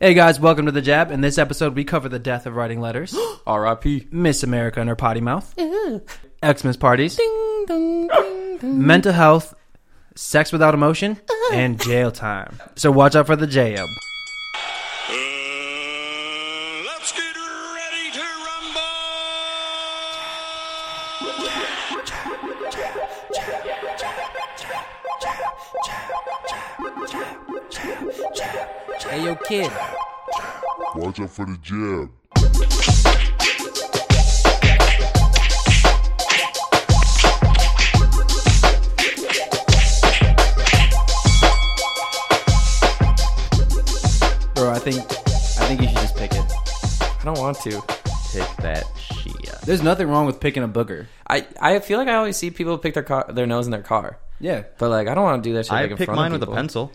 Hey guys, welcome to The Jab. In this episode, we cover the death of writing letters, R.I.P. Miss America and her potty mouth, Xmas parties, mental health, sex without emotion, and jail time. So watch out for the J-Up. Uh, Let's get ready to rumble! Hey, yo, kid. Watch out for the jab. Bro, I think I think you should just pick it. I don't want to. Pick that shit. up. There's nothing wrong with picking a booger. I I feel like I always see people pick their car, their nose in their car, Yeah. but like I don't want to do that shit. I like, in pick front mine of with a people. pencil.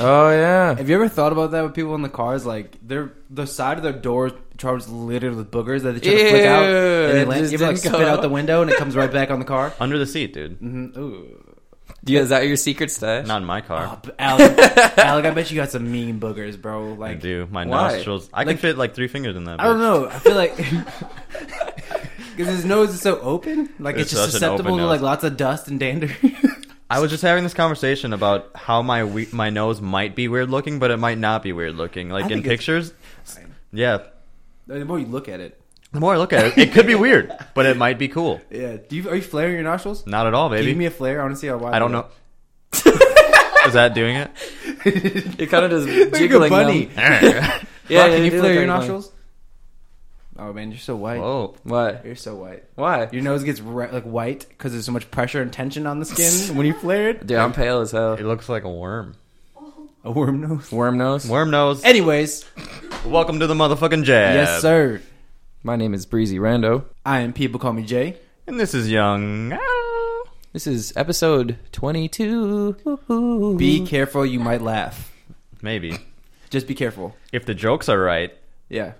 Oh yeah. Have you ever thought about that with people in the cars? Like, their the side of their door charged littered with boogers that they try to flick out, and Ew, they it land, just you ever, like didn't spit go. out the window, and it comes right back on the car. Under the seat, dude. Mm, Ooh, Yeah, is that your secret stash? Not in my car. But Alec, Alec, I bet you got some mean boogers, bro. I Like, do. My Why? nostrils. I can fit like three fingers in that. I don't bitch. know. I feel like because his nose is so open, like it's, It's just such an open susceptible to nose. like lots of dust and dander. I was just having this conversation about how my we- my nose might be weird looking, but it might not be weird looking. Like in think it's pictures, yeah. the more you look at it, The more I look at it, it could be weird, but it might be cool. yeah. Do you are you flaring your nostrils? Not at all, Give me baby. a flare. I want to see how wide. I don't know. Is that doing it? You're kind of just Like a jiggling bunny. them. yeah, Yeah, Fuck, yeah, can they you do flare look like your a bunny. nostrils? Oh man, you're so white. Whoa. What? You're so white. Why? Your nose gets re- like white because there's so much pressure and tension on the skin when you flare it. Dude, I'm pale as hell. It looks like a worm. A worm nose. Worm nose. Worm nose. Anyways, Welcome to the motherfucking jab. yes sir. My name is Breezy Rando. I am people call me Jay. And this is young. Ah. This is episode 22. Be careful, you might laugh. Maybe. Just be careful. If the jokes are right. Yeah.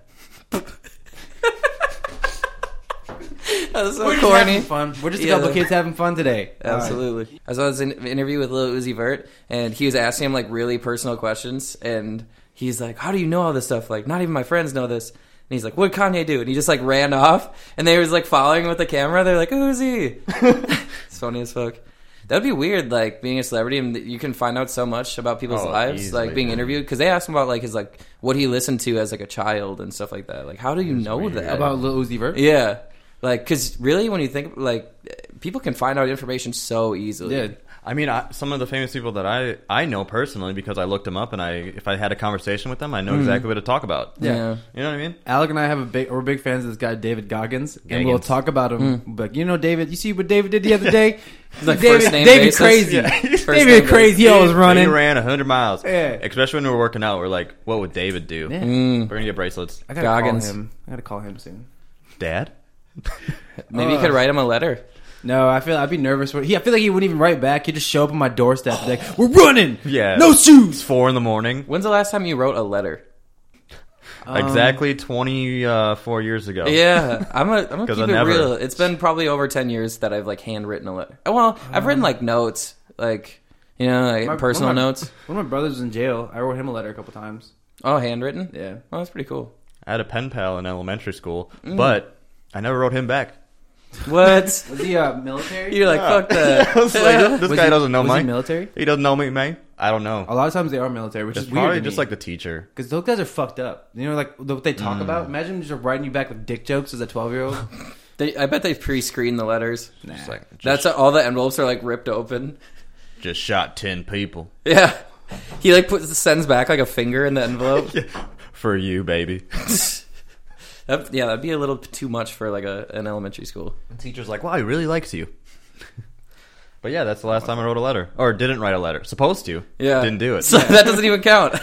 That's so We're just having corny. fun. We're just a Yeah. couple kids having fun today. Absolutely. I saw this in- interview with Lil Uzi Vert, and he was asking him like really personal questions, and he's like, "How do you know all this stuff? Like, not even my friends know this." And he's like, "What Kanye do?" And he just like ran off, and they was like following with the camera. They're like, "Uzi." it's funny as fuck. That would be weird, like being a celebrity and that you can find out so much about people's Oh, lives, easily. like being interviewed. Because they asked him about like his like what he listened to as like a child and stuff like that. Like, how do you know weird. that About Lil Uzi Vert. yeah. Like, because really, when you think, like, people can find out information so easily. Yeah. I mean, I, some of the famous people that I, I know personally because I looked them up and I if I had a conversation with them, I Hmm. know exactly what to talk about. Yeah. You know what I mean? Alec and I have a big we're big fans of this guy David Goggins, and Goggins. we'll talk about him. But you know, David, you see what David did the other day? Hmm. like David, first name David basis. crazy. Yeah. First name David crazy. He always running. He ran 100 miles. Yeah. Especially when we were working out, we're like, what would David do? Yeah. We're going to get bracelets. I gotta Goggins. call him. I gotta call him soon. Dad? Maybe Uh. you could write him a letter. No, I feel I'd be nervous. For, he, I feel like he wouldn't even write back. He'd just show up on my doorstep, and be like we're running. Yeah. no shoes. It's 4 in the morning. When's the last time you wrote a letter? Um. exactly 24 years ago. Yeah, I'm a, I'm gonna 'Cause keep I it never- real. It's been probably over ten years that I've like handwritten a letter. Well, I've Uh. written like notes, like you know, like My- personal one of my- notes. One of my brothers was in jail. I wrote him a letter a couple times. Oh, handwritten. Yeah. Oh, that's pretty cool. I had a pen pal in elementary school, Hmm. but I never wrote him back. What? Was he uh, military? You're like fuck that. I was like, this Was guy he- doesn't know was he me. military? He doesn't know me, man. I don't know. A lot of times they are military, which It's is weird. probably to just me. like Mm. the teacher. Because those guys are fucked up. You know, like what they talk about. Imagine them just writing you back with dick jokes as a twelve year old. They, I bet they pre-screen the letters. Just like, just, That's all the envelopes are like ripped open. just shot ten people Yeah. He like puts sends back like a finger in the envelope. for you, baby. That- yeah, that'd be a little too much for like a, an elementary school. The teacher's like, "Wow, he really likes you." but yeah, that's the last time I wrote a letter, or didn't write a letter. Supposed to, Yeah. didn't do it. So that doesn't even count.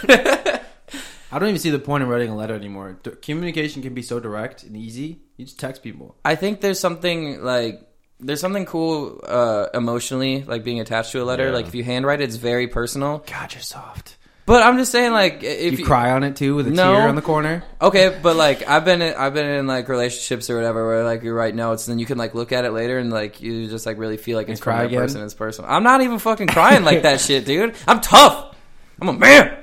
I don't even see the point in writing a letter anymore. D- communication can be so direct and easy. You just text people. I think there's something like there's something cool uh, emotionally like being attached to a letter. Yeah. Like if you handwrite, it, it's very personal. God, you're soft. But I'm just saying like if You, cry on it too with a No. tear on the corner. Okay, but like I've been in, I've been in like relationships or whatever where like you write notes and then you can like look at it later and like you just like really feel like it's cry from that again? person. It's personal. I'm not even fucking crying like that shit, dude. I'm tough. I'm a man.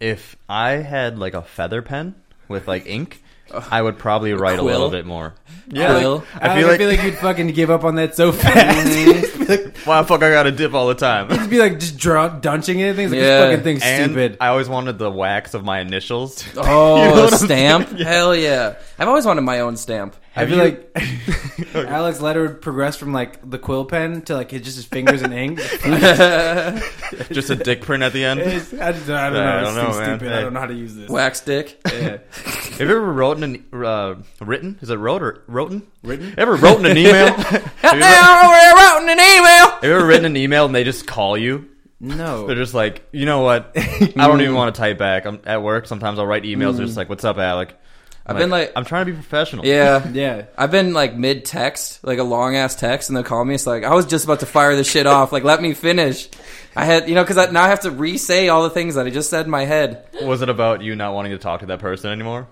if I had like a feather pen with like ink, I would probably write a quill? little bit more. Yeah. Quill? I feel like, you'd fucking give up on that so fast. Mm-hmm. You'd wow, fuck, I got a dip all the time. be like just draw, dunching it. Things like Yeah. this fucking thing's And stupid. I always wanted the wax of my initials. Oh, You know what a I'm stamp? Hell yeah. I've always wanted my own stamp. I feel you- like Alex Letter would progress from like the quill pen to like his, just his fingers and ink. Just a dick print at the end. I, don't, I don't know. I this don't know, thing's man. stupid. I Hey. don't know how to use this. Wax dick. Have you ever wrote an uh, written? Is it wrote or written? Written. Ever wrote in an email? have, you ever, have I wrote an email. you ever written an email and they just call you? They're No. just like, you know what? I don't even want to type back. I'm at work. Sometimes I'll write emails. They're just like, "What's up, Alec?" i I've been like- I'm trying to be professional. Yeah. Yeah. I've been like mid text, like a long ass text, and they'll call me. It's like, I was just about to fire this shit off. Like, let me finish. I had, you know, because I, now I have to re say all the things that I just said in my head. Was it about you not wanting to talk to that person anymore?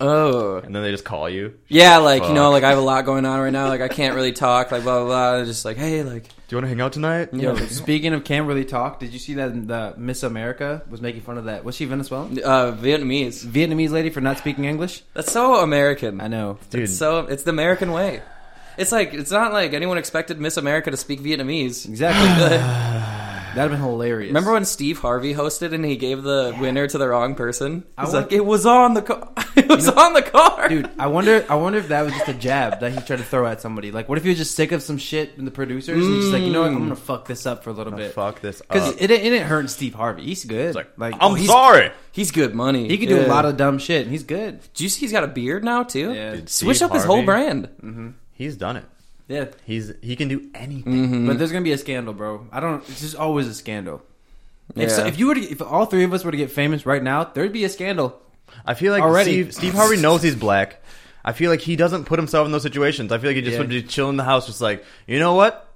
Oh. And then they just call you. Yeah, like, you know, Fuck. like I have a lot going on right now. Like, I can't really talk, like, blah, blah, blah. They're Just like, hey, like, Do you want to hang out tonight? Yo, speaking of Camberley talk, did you see that the Miss America was making fun of that? Was she Venezuelan? uh, Vietnamese. Vietnamese lady for not speaking English? That's so American. I know. dude. It's so it's the American way. It's like it's not like anyone expected Miss America to speak Vietnamese. Exactly. That'd have been hilarious. Remember when Steve Harvey hosted and he gave the winner to the wrong person? I He's want- like, it was on the car. it was on the car. Dude, I wonder. I wonder if that was just a jab that he tried to throw at somebody. Like, what if he was just sick of some shit from the producers and he's just like, you know what, I'm gonna Mm. Oh, fuck this up for a little bit. Fuck this. Because up. it, it didn't hurt Steve Harvey. He's good. like, Like, I'm oh, he's- sorry. he's good money. He could do a lot of dumb shit, and he's good. Do you see he's got a beard now too? Yeah. Mm-hmm. Dude, Switch Steve up his whole Harvey. brand. He's done it. Yeah, He's he can do anything. but there's gonna be a scandal, bro. I don't. It's just always a scandal. If, so, Yeah. if you were to, if all three of us were to get famous right now, there'd be a scandal. I feel like Already. Steve, Steve Harvey knows he's black. I feel like he doesn't put himself in those situations. I feel like he just Yeah. would be chilling in the house, just like you know what.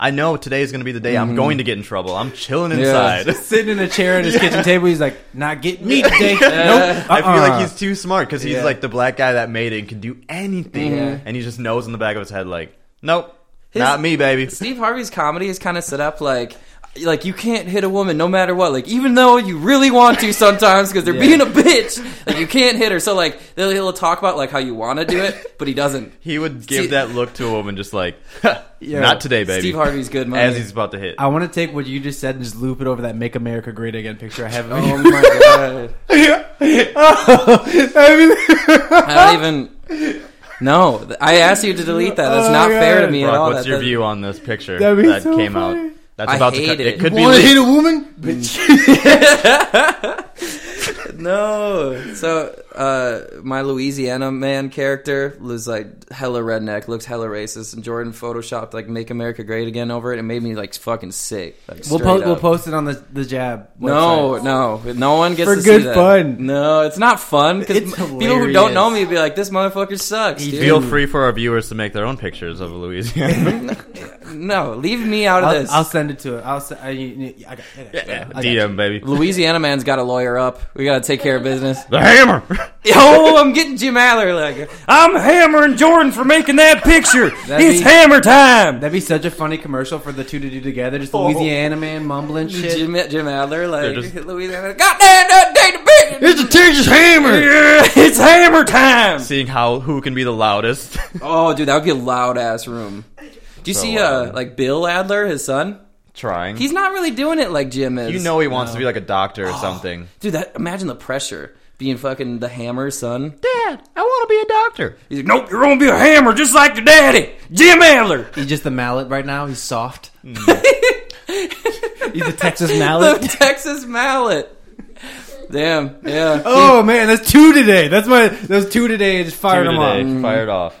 I know today is going to be the day Mm-hmm. I'm going to get in trouble. I'm chilling inside. Sitting in a chair at his kitchen table, he's like, "Not getting me today." Nope. Uh, I feel Uh-uh. like he's too smart because he's Yeah. like the black guy that made it and can do anything, Yeah. Mm-hmm. and he just knows in the back of his head like, nope, not me, baby. Steve Harvey's comedy is kind of set up like like you can't hit a woman no matter what. Like even though you really want to sometimes because they're being a bitch, like you can't hit her. So like they'll, he'll talk about like how you want to do it, but he doesn't. He would give Steve- that look to a woman just like, not today, baby. Steve Harvey's good money. as he's about to hit. I want to take what you just said and just loop it over that "Make America Great Again" picture I have. of oh you. my god! I don't even. No, th- I asked you to delete that. That's Oh not my fair to God. me Brock, at all. what's that your does- view on this picture That'd be that so came funny. out? That's I about to. hate Cut. It. it. could be. Want to leaked. hit a woman? Bitch. No. So uh, my Louisiana man character was like hella redneck, looks hella racist, and Jordan photoshopped like "Make America Great Again" over it, and made me like fucking sick. Like, We'll, straight po- up. we'll post it on the the jab. No, website. no, no one gets For to good see that. fun. No, it's not fun because It's people who don't know hilarious. me would be like, "This motherfucker sucks." dude." Feel free for our viewers to make their own pictures of Louisiana. No, leave me out of I'll, this. I'll send it to it. I'll send. I, I, I, got- I, got- I got you. DM baby. Louisiana man's got a lawyer up. We gotta take care of business. The hammer. Yo, Oh, I'm getting Jim Aller. Like, I'm hammering Jordan for making that picture. That'd it's be- hammer time. That'd be such a funny commercial for the two to do together. Just Oh. Louisiana man mumbling shit. Jim, Jim Adler, like just- Louisiana. Goddamn, that day the big. It's a Texas hammer. It's hammer time. Seeing how who can be the loudest. Oh, dude, that would be a loud ass room. Do you see, uh, loud. like Bill Adler, his son? Trying. He's not really doing it like Jim is. you know he wants to be like a doctor or something. dude. That imagine the pressure being fucking the hammer son. Dad, I want to be a doctor. He's like, nope, you're gonna be a hammer just like your daddy, Jim Adler. He's just the mallet right now. He's soft. Mm. He's a Texas mallet. The Texas mallet. Damn. Yeah. Oh man, that's two today. That's my those two today. Just fired Two them today, off. Fired off.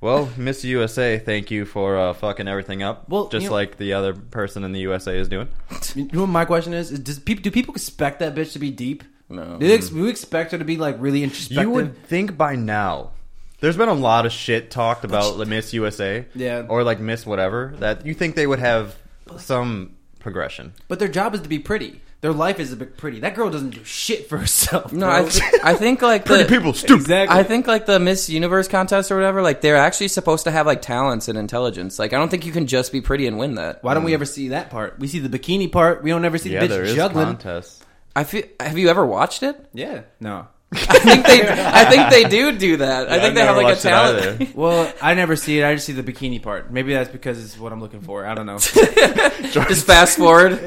Well, Miss USA, thank you for uh, fucking everything up. Well, just you know- like the other person in the USA is doing. You know what my question is? is does peop do people expect that bitch to be deep? No. Do, they ex- do you expect her to be like really introspective? Mm-hmm. You would think by now. There's been a lot of shit talked about the Miss USA, Yeah. or like Miss whatever. That you think they would have some progression. But their job is to be pretty. Their life is a bit pretty. That girl doesn't do shit for herself. No, bro. I, th- I think like the stupid. exactly. I think like the Miss Universe contest or whatever, like they're actually supposed to have like talents and intelligence. Like I don't think you can just be pretty and win that. Why don't we ever see that part? We see the bikini part. We don't ever see Mm. Yeah, the there bitch is juggling. contests. I feel. Have you ever watched it? Yeah. No. I think they. I think they do do that. I think I've they never have like a watched it talent. either. Well, I never see it. I just see the bikini part. Maybe that's because it's what I'm looking for. I don't know. Just fast forward.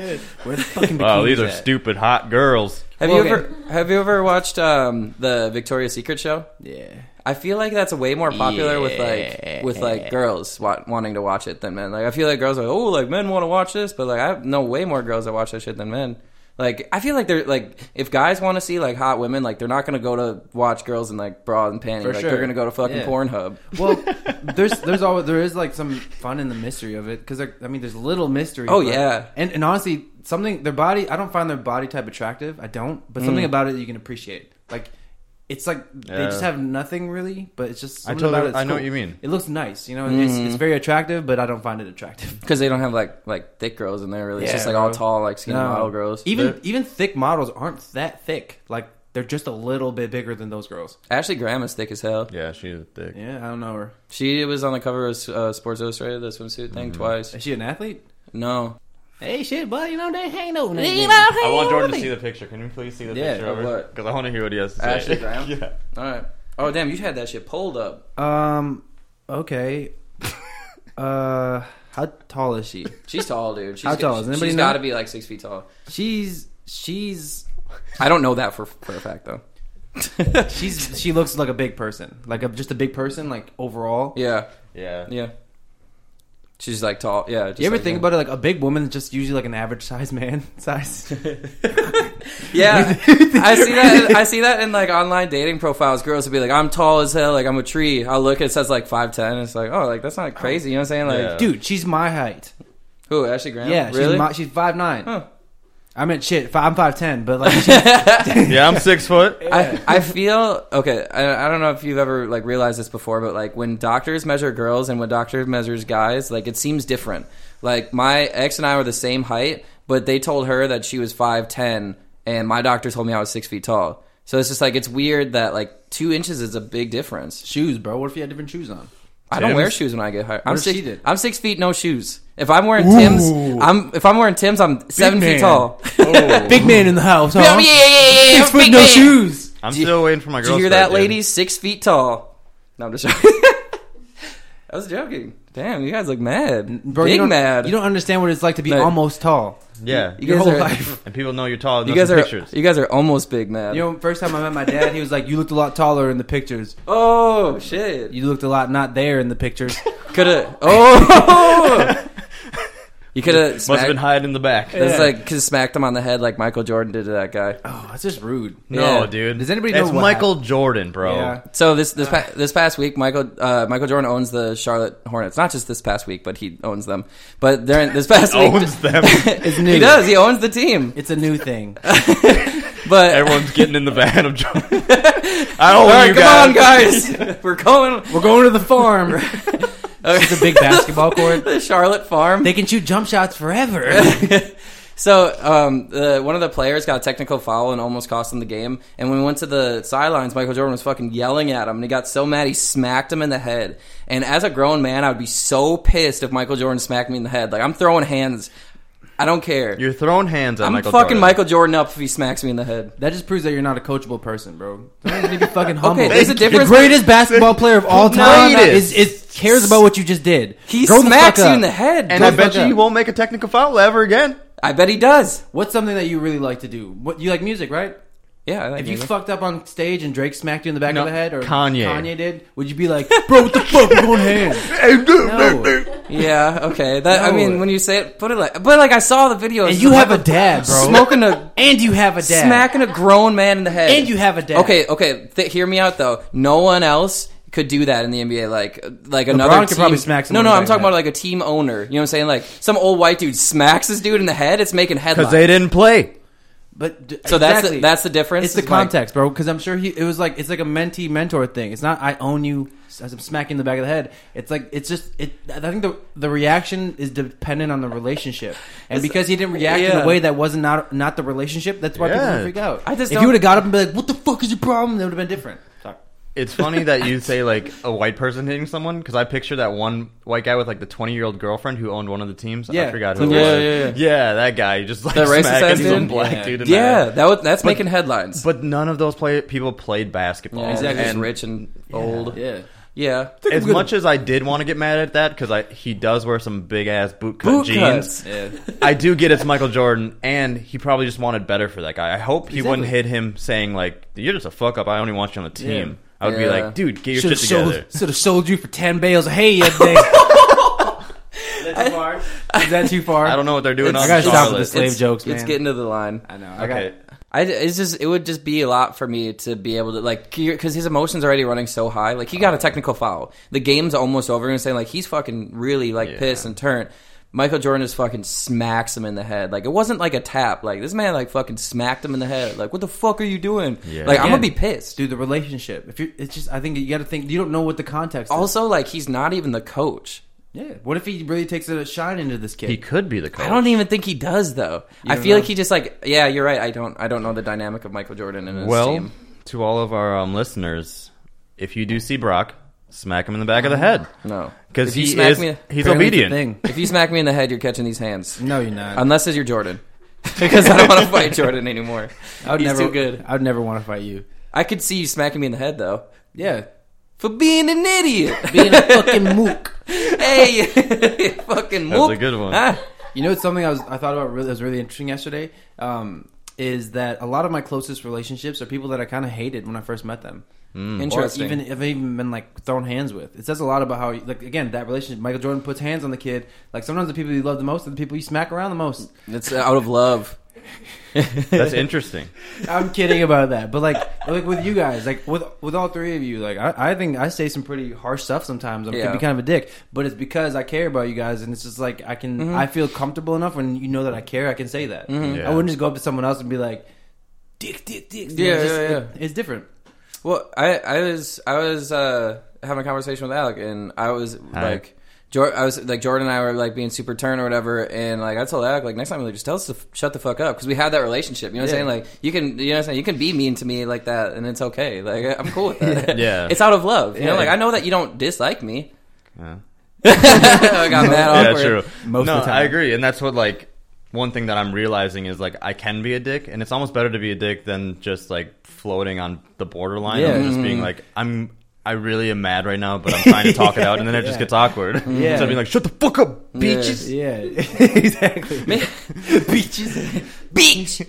Where the fucking Wow, these bikinis are at? stupid hot girls. Have Well, you okay. ever Have you ever watched um, the Victoria's Secret show? Yeah. I feel like that's way more popular with like with like girls wa- wanting to watch it than men. Like I feel like girls are like, oh, like men want to watch this, but like I know way more girls that watch that shit than men. Like I feel like they're like if guys want to see like hot women, like they're not gonna go to watch girls in like bra and panties. For like sure. they're gonna go to fucking Yeah. Pornhub. Well, there's there's always there is like some fun in the mystery of it because I mean there's little mystery. Oh, but- yeah. And and honestly, something their body. I don't find their body type attractive. I don't. Mm. But something about it you can appreciate. Like it's like they Yeah. just have nothing really, but it's just. I something totally- about it that's I know what you mean. It looks nice. You know, it's, it's Mm-hmm. very attractive, but I don't find it attractive. Because they don't have like like thick girls in there really. it's Yeah, just like all bro. tall, like skinny model girls. Even They're- even thick models aren't that thick. Like they're just a little bit bigger than those girls. Ashley Graham is thick as hell. Yeah, she's thick. Yeah, I don't know her. She was on the cover of uh, Sports Illustrated, the swimsuit thing, Mm-hmm. twice. Is she an athlete? No. Hey, shit, but you know they ain't over. I want Jordan to see the picture. Can we please see the Yeah, picture of over? what? Because I want to hear what he has to say. Ashley Graham? yeah. All right. Oh damn, you had that shit pulled up. Um. Okay. uh, how tall is she? She's tall, dude. She's How tall? Does anybody she's know? got to be like six feet tall. She's she's I don't know that for for a fact though. she's she looks like a big person, like a, just a big person, like overall. Yeah, Yeah. yeah. She's like tall. Yeah. Just You ever like think him. about it? Like a big woman is just usually like an average size man size. Yeah, I see that. I see that in like online dating profiles. Girls will be like, "I'm tall as hell. Like I'm a tree." I'll look. It says like five ten. It's like, oh, like that's not crazy. You know what I'm saying? Like, Yeah. Dude, she's my height. who? Ashley Graham? Yeah, really? she's my, she's five nine. Huh. I meant shit. Five, I'm five ten, but like she's Yeah, I'm six foot. I, I feel okay. I, I don't know if you've ever like realized this before, but like when doctors measure girls and when doctors measures guys, like it seems different. Like my ex and I were the same height, but they told her that she was five ten, and my doctor told me I was six feet tall. So it's just like it's weird that like two inches is a big difference. shoes, bro. What if you had different shoes on? I don't Tim's? wear shoes when I get hurt. I'm if six. she did? I'm six feet, no shoes. If I'm wearing Tim's, I'm if I'm wearing Tim's, I'm seven man. feet tall. Big man in the house. Huh? yeah, yeah, yeah, yeah, yeah. Six foot, big no man. shoes. I'm still waiting for my Did girl. you hear that, ladies? Six feet tall. No, I'm just joking. I was joking. Damn, you guys look mad. Bro, you Big don't- mad. You don't understand what it's like to be No. almost tall. Yeah. You Your guys whole are- life. and people know you're tall. You guys are pictures. you guys are almost big mad. You know, first time I met my dad, he was like, "You looked a lot taller in the pictures. oh shit! You looked a lot not there in the pictures." Could have. Oh. you could have. Must have been hiding in the back. That's like could have smacked him on the head like Michael Jordan did to that guy. oh, that's just rude. No, Yeah. dude. Does anybody know It's what Michael Jordan, bro. Yeah. So this this pa- this past week, Michael uh, Michael Jordan owns the Charlotte Hornets. Not just this past week, but he owns them. But during this past week, Owns them. he does. He owns the team. It's a new thing. But Everyone's getting in the van of Jordan. I don't All want right, you come guys. on, guys. We're going. We're going to the farm. It's a big basketball court. The Charlotte Farm. They can shoot jump shots forever. So um, the, one of the players got a technical foul and almost cost him the game. And when we went to the sidelines, Michael Jordan was fucking yelling at him, and he got so mad he smacked him in the head. And as a grown man, I would be so pissed if Michael Jordan smacked me in the head. Like I'm throwing hands. I don't care. You're throwing hands at I'm Michael fucking Jordan. Michael Jordan up if he smacks me in the head. that just proves that you're not a coachable person, bro. You need to be fucking humble. Okay, there's a difference. The greatest basketball player of all time no. is, is cares about what you just did. He Grow the smacks fuck you up. in the head. And Grow I the bet fuck you up. he won't make a technical foul ever again. I bet he does. What's something that you really like to do? What you like music, right? Yeah. I like If you music. fucked up on stage and Drake smacked you in the back No, of the head, or Kanye. Kanye did, would you be like, "Bro, what the fuck? We're going hands." No. Yeah, okay. That I No. mean, when you say it, put it like, but like I saw the video. And of you have a Michael dad, bro. smoking a And you have a dad. smacking a grown man in the head, And you have a dad. Okay, okay. Th- hear me out though. No one else could do that in the NBA. Like, like another could team- probably smack No, someone no. in the I'm talking head. about like a team owner. You know what I'm saying? Like some old white dude smacks this dude in the head. It's making headlines. Because they didn't play. But d- so that's exactly. the, that's the difference. it's the is, like, context, bro. Because I'm sure he. It was like it's like a mentee mentor thing. It's not I own you. As I'm smacking the back of the head. It's like it's just. It. I think the the reaction is dependent on the relationship, and because he didn't react in yeah. a way that wasn't not not the relationship, that's why people Yeah. would freak out. I just if don't- you would have got up and be like, "What the fuck is your problem?" That would have been different. It's funny that you say like a white person hitting someone because I picture that one white guy with like the twenty year old girlfriend who owned one of the teams. Yeah. I forgot who. Yeah, it yeah, was. that guy just like That racist smacking ass dude? some black Yeah. dude. In yeah, the head. that was, that's making headlines. but none of those play- people played basketball. Yeah, Exactly. just And rich and old. Yeah. Yeah. as much as I did want to get mad at that because I he does wear some big ass bootcut Boot jeans. cuts. Yeah. I do get it's Michael Jordan, and he probably just wanted better for that guy. I hope he wouldn't Exactly. hit him saying like, "You're just a fuck up. I only want you on the team." Yeah. I would be Yeah. like, "Dude, get your Should have shit together." sold, should have sold you for ten bales of hay that day. Is that too far? Is that too far? I don't know what they're doing. It's- on I gotta stop with Charlotte. this slave it's, jokes, It's man. getting to the line. I know. I Okay. got. I, it's just it would just be a lot for me to be able to like because his emotions are already running so high. Like Oh, he got a technical foul. The game's almost over, and he's saying like he's fucking really like Yeah. pissed and turned. Michael Jordan just fucking smacks him in the head. Like it wasn't like a tap. Like this man like fucking smacked him in the head. Like what the fuck are you doing? Yeah. Like I'm gonna be Again. pissed, dude. Dude, the relationship. If you, it's just, I think you got to think. You don't know what the context. is. Also, like he's not even the coach. yeah. What if he really takes a shine into this kid? He could be the coach. I don't even think he does though. I don't feel know? like he just like yeah, you're right. I don't I don't know the dynamic of Michael Jordan and his Well, team. to all of our um, listeners, if you do see Brock, smack him in the back of the head No, because If you he smack is me- Apparently he's it's a obedient. Thing. If you smack me in the head, you're catching these hands. No, you're not. Unless it's your Jordan. because I don't want to fight Jordan anymore. I would He's never. too good. I would never want to fight you. I could see you smacking me in the head though. Yeah. For being an idiot. Being a fucking mook. hey, fucking That's mook. a good one. Ah. You know, it's something I was I thought about really, that was really interesting yesterday. Um, is that a lot of my closest relationships are people that I kind of hated when I first met them, Hmm. Interesting. or even if I've even been like thrown hands with. It says a lot about how, like, again, that relationship. Michael Jordan puts hands on the kid. Like sometimes the people you love the most are the people you smack around the most. it's out of love. That's interesting. I'm kidding about that, but like, like with you guys, like with with all three of you, like I, I think I say some pretty harsh stuff sometimes. I Yeah. can be kind of a dick, but it's because I care about you guys, and it's just like I can, Mm-hmm. I feel comfortable enough when you know that I care, I can say that. Yeah. I wouldn't just go up to someone else and be like, "Dick, dick, dick." you know, Yeah, it's just- yeah, yeah. it- it's different. Well, I, I was I was uh, having a conversation with Alec, and I was Hi. like, Jor- I was like Jordan and I were like being super turn or whatever, and like I told Alec like next time like just tell us to f- shut the fuck up because we had that relationship. You know what Yeah. I'm saying? Like you can you know what I'm saying? You can be mean to me like that, and it's okay. Like I'm cool with that. Yeah. it's out of love. You know, Yeah. like I know that you don't dislike me. Yeah. I got mad yeah, awkward. true. Most of no, the time. I agree, and that's what like one thing that I'm realizing is like I can be a dick, and it's almost better to be a dick than just like floating on the borderline Yeah. Mm-hmm. and just being like I'm. I really am mad right now, but I'm trying to talk it out, and then it just gets awkward. Yeah. Instead of being like, "Shut the fuck up, bitches." Yeah, exactly. Beaches, beach.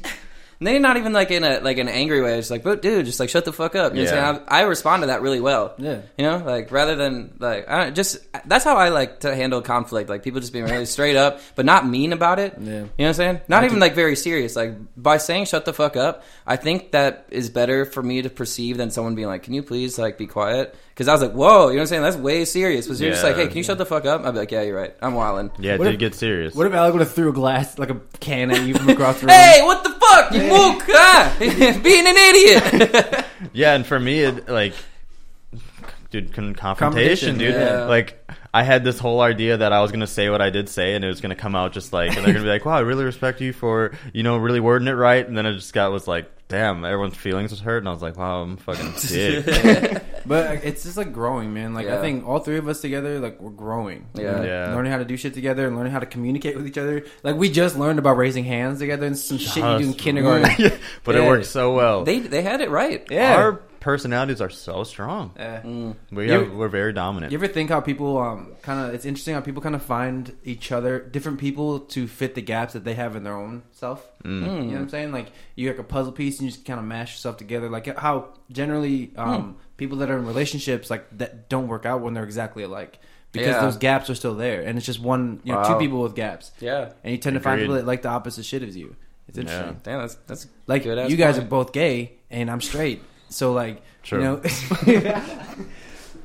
And they're not even like in a like an angry way. It's just like, but dude, just like shut the fuck up. You know what I'm Yeah. saying? I, I respond to that really well. Yeah. you know, like rather than like I don't just that's how I like to handle conflict. Like people just being really straight up, but not mean about it. Yeah. you know what I'm saying? Not even like very serious. Like by saying shut the fuck up, I think that is better for me to perceive than someone being like, can you please like be quiet? Because I was like, whoa, you know what I'm saying? That's way serious. Was you're just Yeah. like, hey, can you shut the fuck up? I'd be like, yeah, you're right. I'm wildin'. Yeah, it What did if- get serious. What if Alec would have threw a glass, like a can, at you from across the room? Hey, what the fuck, you mook? Ah, being an idiot. Yeah, and for me, it like, dude, con- confrontation, Confrontation, dude. yeah. Like, I had this whole idea that I was gonna say what I did say, and it was gonna come out just like, and they're gonna be like, "Wow, I really respect you for you know really wording it right," and then I just got was like. Damn, everyone's feelings was hurt, and I was like, "Wow, I'm a fucking dick." But it's just like growing, man. Like Yeah. I think all three of us together, like we're growing. Yeah. Yeah. Learning how to do shit together and learning how to communicate with each other. Like we just learned about raising hands together and some shit you do in Just- kindergarten. Yeah, but Yeah. it worked so well. they they had it right. Yeah. Our personalities are so strong. Yeah. We You- have, we're very dominant. You ever think how people um kind of? It's interesting how people kind of find each other, different people, to fit the gaps that they have in their own self. Mm. You know what I'm saying? Like you're like a puzzle piece, and you just kind of mash yourself together. Like how generally Hmm. um people that are in relationships like that don't work out when they're exactly alike because Yeah. those gaps are still there, and it's just one, you know, two Wow. people with gaps. Yeah. and you tend to find Agreed. people that like the opposite shit as you. It's interesting. Yeah. Damn, that's that's Like you good-ass guys point. are both gay, and I'm straight. So like, True. you know.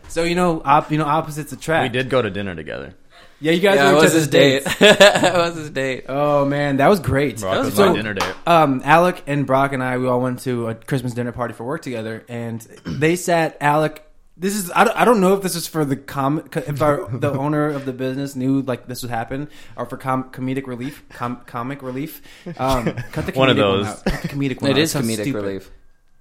So you know, op, you know, opposites attract. we did go to dinner together. Yeah, you guys Yeah, it were was just his date. It was his date. Oh man, that was great. Brock was was so- my dinner date. Um, Alec and Brock and I, we all went to a Christmas dinner party for work together, and they sat Alec. This is I don't, I don't know if this is for the com if our, the owner of the business knew like this would happen or for com- comedic relief com- comic relief. Um, cut the comedic One of those. One out. Cut the comedic one It out. is sounds comedic stupid. relief.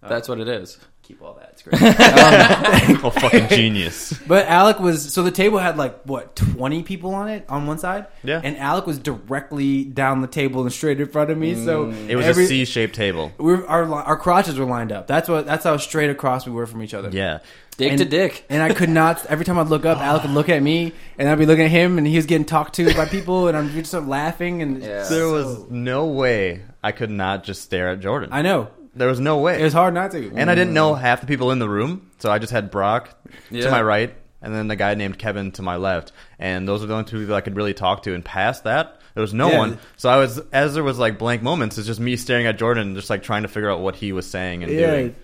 That's what it is. Keep all that. It's great. Um, Oh, fucking genius. but Alec was so the table had like what twenty people on it on one side. Yeah. And Alec was directly down the table and straight in front of me. So It was every- a C-shaped table. We were, our li- our crotches were lined up. That's what. That's how straight across we were from each other. Yeah. Dick and, to dick. And I could not. Every time I'd look up, Alec would look at me, and I'd be looking at him, and he was getting talked to by people, and I'm just sort of laughing. And Yeah. There was no way I could not just stare at Jordan. I know There was no way. it was hard not to. and I didn't know half the people in the room, so I just had Brock Yeah. to my right, and then the guy named Kevin to my left, and those were the only two people I could really talk to. And past that, there was no Yeah. one. So I was, as there was like blank moments, it's just me staring at Jordan, and just like trying to figure out what he was saying and yeah, doing.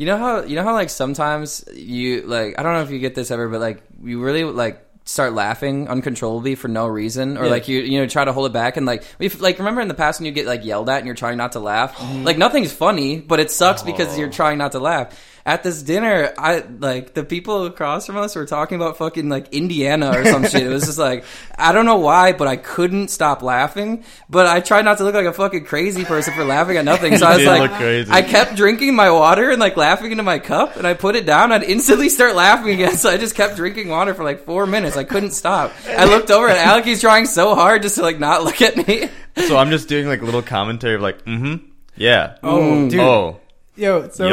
You know how you know how like sometimes you like I don't know if you get this ever, but like you really like start laughing uncontrollably for no reason or Yeah. like you you know try to hold it back and like if like remember in the past when you get like yelled at and you're trying not to laugh Mm-hmm. like nothing's funny but it sucks because Oh. you're trying not to laugh at this dinner i like the people across from us were talking about fucking like indiana or some shit it was just like i don't know why but i couldn't stop laughing but i tried not to look like a fucking crazy person for laughing at nothing so i was did like look crazy. i kept drinking my water and like laughing into my cup and I put it down, I'd instantly start laughing again. So I just kept drinking water for like four minutes. I couldn't stop. I looked over at Alec, he's trying so hard just to like not look at me. So I'm just doing like little commentary of like, mm-hmm, yeah, Oh, dude. oh, Yo, so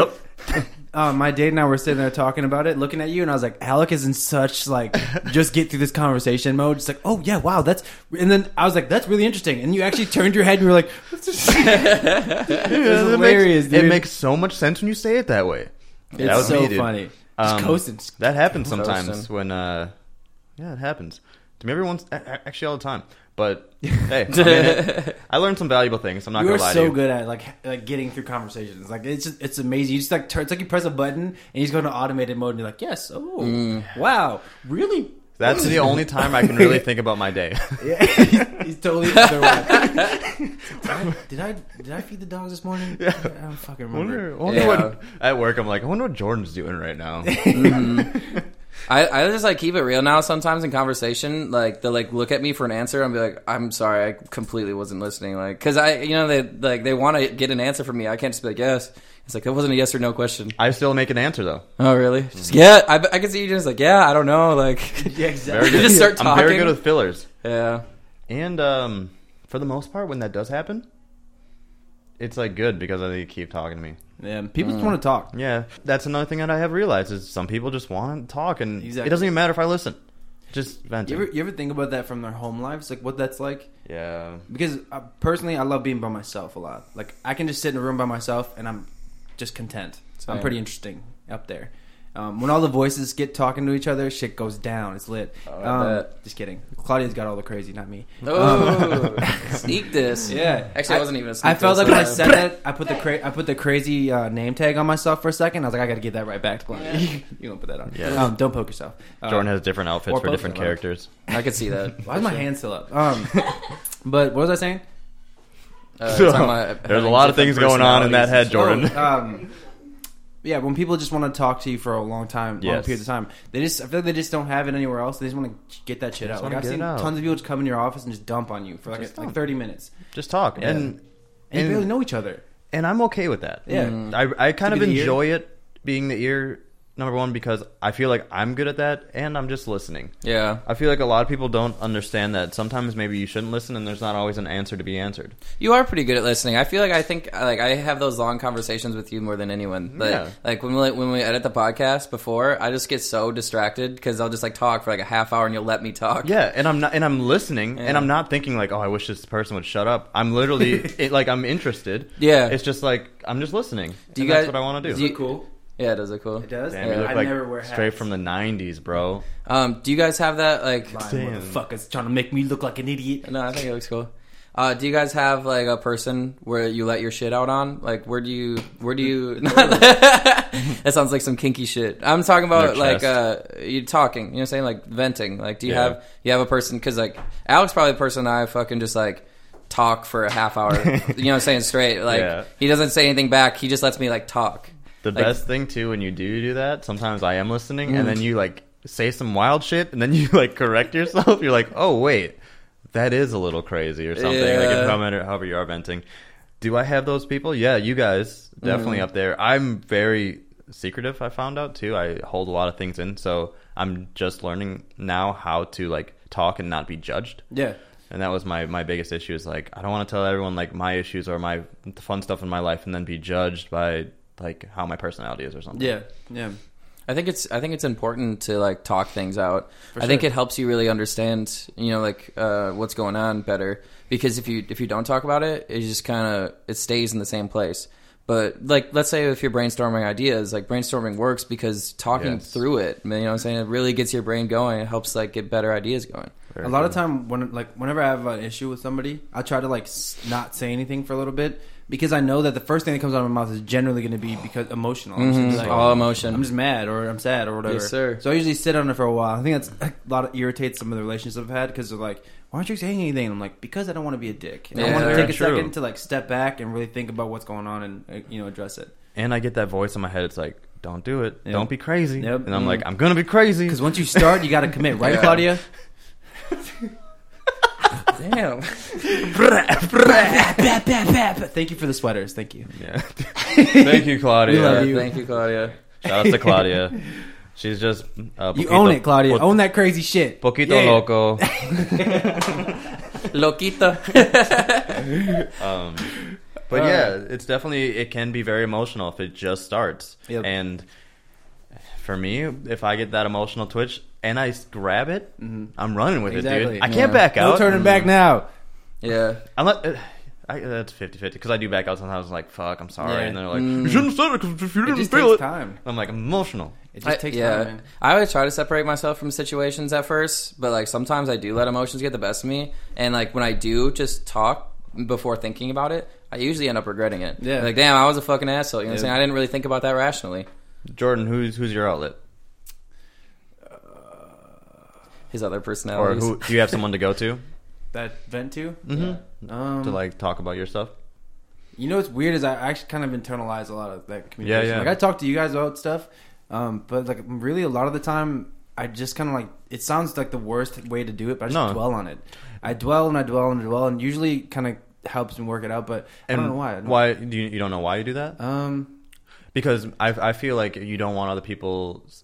yep. uh, my date and I were sitting there talking about it, looking at you, and I was like, Alec is in such like just get through this conversation mode. Just like, oh yeah, wow, that's. And then I was like, that's really interesting. And you actually turned your head and you were like, it was It makes- hilarious. dude. It makes so much sense when you say it that way. it's that was so me, dude. funny. Um, Just coasting. That happens sometimes Roasting. when, uh, yeah, it happens to me every once, a- a- actually all the time. But hey, I, mean, it- I learned some valuable things. I'm not You are gonna lie to so you. good at like like getting through conversations. Like it's just it's amazing. You just like turn, it's like you press a button and you just go into automated mode and you're like, yes, oh wow, really. Mm. That's the only time I can really think about my day. Yeah, he's, he's totally the other way. did, I, did I did I feed the dogs this morning? I don't fucking remember. wonder, wonder Yeah. what, at work, I'm like, I wonder what Jordan's doing right now. I, I just like keep it real now sometimes in conversation. Like they'll like look at me for an answer and be like, I'm sorry, I completely wasn't listening. Like, cause I, you know, they like, they want to get an answer from me. I can't just be like, yes. It's like, that wasn't a yes or no question. I still make an answer though. Oh, really? Just, yeah. I, I can see you just like, yeah, I don't know. Like, Yeah, exactly. Very good. just start I'm very talking. good with fillers, yeah. and um, for the most part, when that does happen, it's like good because I think you keep talking to me. Yeah, people Mm. just want to talk. Yeah, that's another thing that I have realized is some people just want to talk, and Exactly. it doesn't even matter if I listen. Just You venting. ever you ever think about that from their home lives, like what that's like? yeah, Because uh personally, I love being by myself a lot. Like I can just sit in a room by myself and I'm just content. I'm Same. pretty interesting up there. Um, when all the voices get talking to each other, shit goes down. It's lit. I Um, bet. just kidding. Claudia's got all the crazy, not me. Oh, sneak this. Yeah, Actually, I wasn't even a sneak I felt this, like when I uh, said that, I put the cra- I put the crazy uh, name tag on myself for a second. I was like, I got to get that right back to Claudia. you don't put that on. Yes. Um, don't poke yourself. Uh, Jordan has different outfits or for different Pokemon. characters. I could see that. Why is my hand still up? Um, but what was I saying? Uh, So, talking about there's a having lot of different things going on in that head, personalities. Jordan. Oh, um, yeah, when people just want to talk to you for a long time, long Yes. periods of time, they just I feel like they just don't have it anywhere else. They just want to get that shit out. Like wanna I've get seen it out. tons of people just come in your office and just dump on you for like, Just like dump. thirty minutes, Just talk, and and, you And- barely know each other. and I'm okay with that. Yeah. Mm. I I kind To of be the ear? enjoy it being the ear number one because I feel like I'm good at that, and I'm just listening. Yeah, I feel like a lot of people don't understand that sometimes maybe you shouldn't listen, and there's not always an answer to be answered. you are pretty good at listening. I feel like I think like I have those long conversations with you more than anyone. But Yeah. like when we like, when we edit the podcast before, I just get so distracted because I'll just like talk for like a half hour and you'll let me talk. Yeah, and I'm not, and I'm listening, and I'm not thinking like, oh, I wish this person would shut up. I'm literally it, like, I'm interested. Yeah. it's just like I'm just listening. Do and you that's guys- what I want to do. do you- cool? Yeah, it does look cool. It does. Damn, Yeah. you look I like never wear hats. straight from the '90s, bro. Um, do you guys have that like? Lying Damn. motherfuckers trying to make me look like an idiot. No, I think it looks cool. Uh, do you guys have like a person where you let your shit out on? Like, where do you, where do you? that sounds like some kinky shit. I'm talking Their about like uh, chest. you talking. You know, what I'm saying like venting. Like, do you Yeah. have you have a person? Because like Alex probably the person I fucking just like talk for a half hour. you know, what I'm saying straight. Like Yeah. he doesn't say anything back. He just lets me like talk. The Like- Mm. best thing too when you do do that, sometimes I am listening, and then you like say some wild shit, and then you like correct yourself. You're like, oh wait, that is a little crazy or something. Like Yeah. if I'm at- however you are venting. do I have those people? Yeah, you guys Mm. definitely up there. I'm very secretive. I found out too. I hold a lot of things in, so I'm just learning now how to like talk and not be judged. Yeah. And that was my my biggest issue is like I don't want to tell everyone like my issues or my the fun stuff in my life and then be judged by like how my personality is or something. Yeah. Yeah. I think it's I think it's important to like talk things out. I think it helps you really understand, you know, like uh, what's going on better because if you if you don't talk about it, it just kind of it stays in the same place. But like let's say if you're brainstorming ideas, like brainstorming works because talking Yes. through it, you know what I'm saying, it really gets your brain going, it helps like get better ideas going. a lot of time when like whenever I have an issue with somebody, I try to like s- not say anything for a little bit because I know that the first thing that comes out of my mouth is generally going to be because emotional. I'm just gonna be like, Mm-hmm. All emotion. I'm just mad or I'm sad or whatever. Yes, sir. So I usually sit on it for a while. I think that's a lot of irritates some of the relationships I've had because they're like, "Why aren't you saying anything?" And I'm like, "Because I don't want to be a dick. And I Yeah, want to very take a true. second to like step back and really think about what's going on and uh, you know address it." And I get that voice in my head. It's like, don't do it. Yeah. Don't be crazy. Yep. And I'm Mm. like, I'm gonna be crazy. Because once you start, you got to commit, right, Yeah. Claudia? Damn. Thank you for the sweaters. Thank you. Yeah. Thank you, Claudia. We love you. Thank you, Claudia. Shout out to Claudia. She's just uh, You poquito- own it, Claudia. po- own that crazy shit. Poquito Yeah. loco. Loquita. Um, but yeah, it's definitely it can be very emotional if it just starts. Yep. And for me, if I get that emotional twitch and I s- grab it, I'm running with it, Mm-hmm. Exactly. dude. I can't Yeah. back No out. Mm. turning back now. yeah. Unless, uh, I, that's 50 50 because I do back out sometimes. I'm like, fuck, I'm sorry. Yeah. Mm. And they're like, you shouldn't have said it because if you It didn't just feel takes it. time. I'm like, I'm emotional. It I- just takes yeah. time. Man. I always try to separate myself from situations at first, but like sometimes I do let emotions get the best of me, and like when I do just talk before thinking about it, I usually end up regretting it. Yeah. like damn, I was a fucking asshole. You know what Yeah. I'm saying? I didn't really think about that rationally. Jordan, who's who's your outlet? His other Oh, Or personalities. who do you have someone to go to That vent to. Um, Mm-hmm. to like talk about your stuff? You know what's weird is I actually kind of internalize a lot of that communication. Yeah, yeah. Like I talk to you guys about stuff, um, but like really a lot of the time I just kind of like it sounds like the worst way to do it, but I just No. dwell on it. I dwell and I dwell and I dwell, and usually kind of helps me work it out. But I don't know why. I don't- Why do you, you don't know why you do that? Um, because I, I feel like you don't want other people's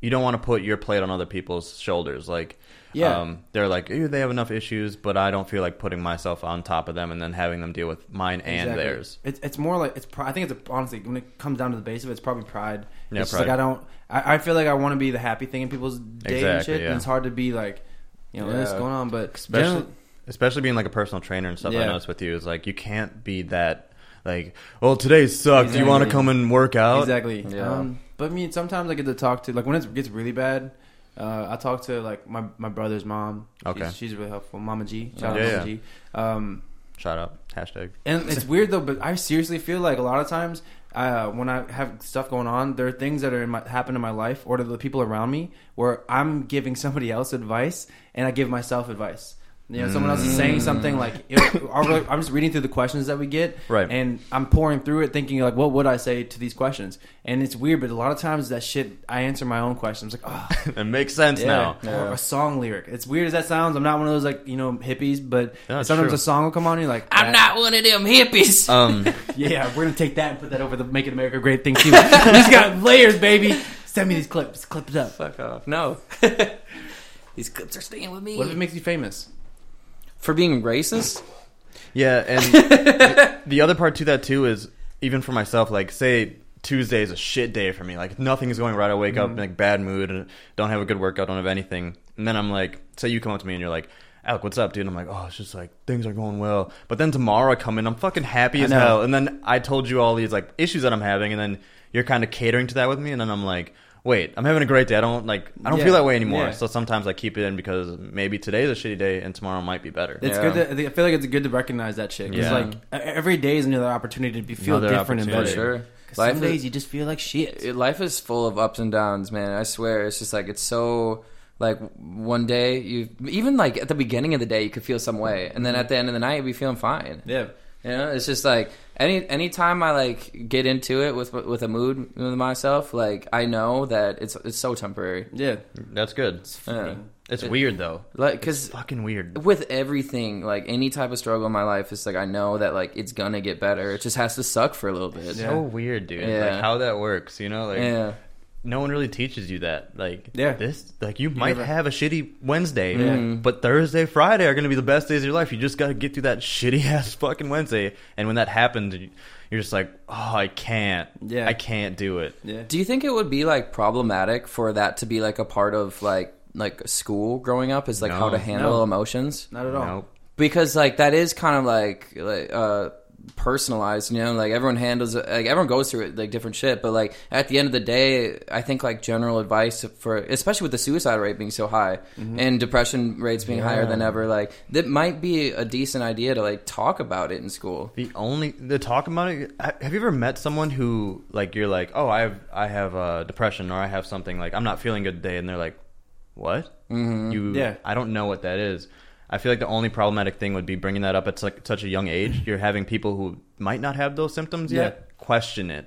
you don't want to put your plate on other people's shoulders like Yeah. um, they're like "Ew, they have enough issues but i don't feel like putting myself on top of them and then having them deal with mine and Exactly. theirs It's, it's more like it's. pri- I think it's a, honestly when it comes down to the base of it, it's probably pride. Yeah, it's just pride. like I don't. I, I feel like I want to be the happy thing in people's day and Exactly, shit, yeah. and it's hard to be like, you know, what's Yeah. going on. But especially generally- especially being like a personal trainer and stuff i Yeah. noticed with you is like you can't be that like well today sucked you want to Exactly. come and work out exactly. Yeah. Um, but I mean, sometimes I get to talk to like when it gets really bad. Uh, I talk to like my, my brother's mom. She's, Okay. she's really helpful. Mama G, shout Yeah, out yeah. Mama G. Um, shout out hashtag and it's weird though, but I seriously feel like a lot of times uh, when I have stuff going on, there are things that are in my, happen in my life or to the people around me where I'm giving somebody else advice and I give myself advice. You know, someone else is saying something like, you know, I'll- I'm just reading through the questions that we get, Mm. Right. And I'm pouring through it, thinking like, what would I say to these questions? And it's weird, but a lot of times that shit, I answer my own questions. Like, oh, it makes sense now or a song lyric. It's weird as that sounds. I'm not one of those like you know hippies, but No, it's sometimes true. a song will come on, and you're like, I'm "That- not one of them hippies. um yeah, we're gonna take that and put that over the "Making America Great" thing too. we just got layers, baby. Send me these clips. Clip it up. Fuck off. No. These clips are staying with me. What if it makes you famous? For being racist? Yeah, and the- the other part to that too is even for myself, like say Tuesday is a shit day for me. Like nothing is going right. I wake up Mm-hmm. in like bad mood and don't have a good workout, don't have anything. And then I'm like, say you come up to me and you're like, Alec, what's up, dude? And I'm like, oh, it's just like things are going well. But then tomorrow I come in, I'm fucking happy as know. hell. And then I told you all these like issues that I'm having, and then you're kind of catering to that with me. And then I'm like, wait, I'm having a great day. I don't like, I don't Yeah, feel that way anymore. yeah. So sometimes I keep it in because maybe today's a shitty day and tomorrow might be better. It's Yeah. good. To, I feel like it's good to recognize that shit. 'cause, Yeah. like e- every day is another opportunity to be feel Another different and better. opportunity. Sure. 'Cause Life Some is- days you just feel like shit. it- life is full of ups and downs, man. I swear, it's just like it's so like one day you even like at the beginning of the day you could feel some way, and then at the end of the night you'd be feeling fine. Yeah. You know, it's just like any any time I like get into it with with a mood with myself, like I know that it's it's so temporary. Yeah. That's good. Yeah. It's weird though. Like because Fucking weird. with everything, like any type of struggle in my life, it's like I know that like it's gonna get better. It just has to suck for a little bit. Yeah. So weird, dude. Yeah. Like how that works, you know? Like Yeah. no one really teaches you that. Like Yeah. this like you might never- have a shitty Wednesday, Yeah. but Thursday, Friday are gonna be the best days of your life. You just gotta get through that shitty ass fucking Wednesday. And when that happens, you- you're just like, Oh, I can't. Yeah. I can't do it. Yeah. Do you think it would be like problematic for that to be like a part of like like school growing up is like how No. to handle No. emotions? Not at all. Nope. because like that is kind of like like uh personalized you know like everyone handles it like everyone goes through it like different shit but like at the end of the day i think like general advice for especially with the suicide rate being so high Mm-hmm. and depression rates being higher than ever like that might be a decent idea to like talk about it in school The only the talk about it. ha- Have you ever met someone who like you're like, oh, I have I have uh, depression or I have something like I'm not feeling good today, and they're like, what? Mm-hmm. You? Yeah. I don't know what that is. I feel like the only problematic thing would be bringing that up at su- such a young age. You're having people who might not have those symptoms yet question it,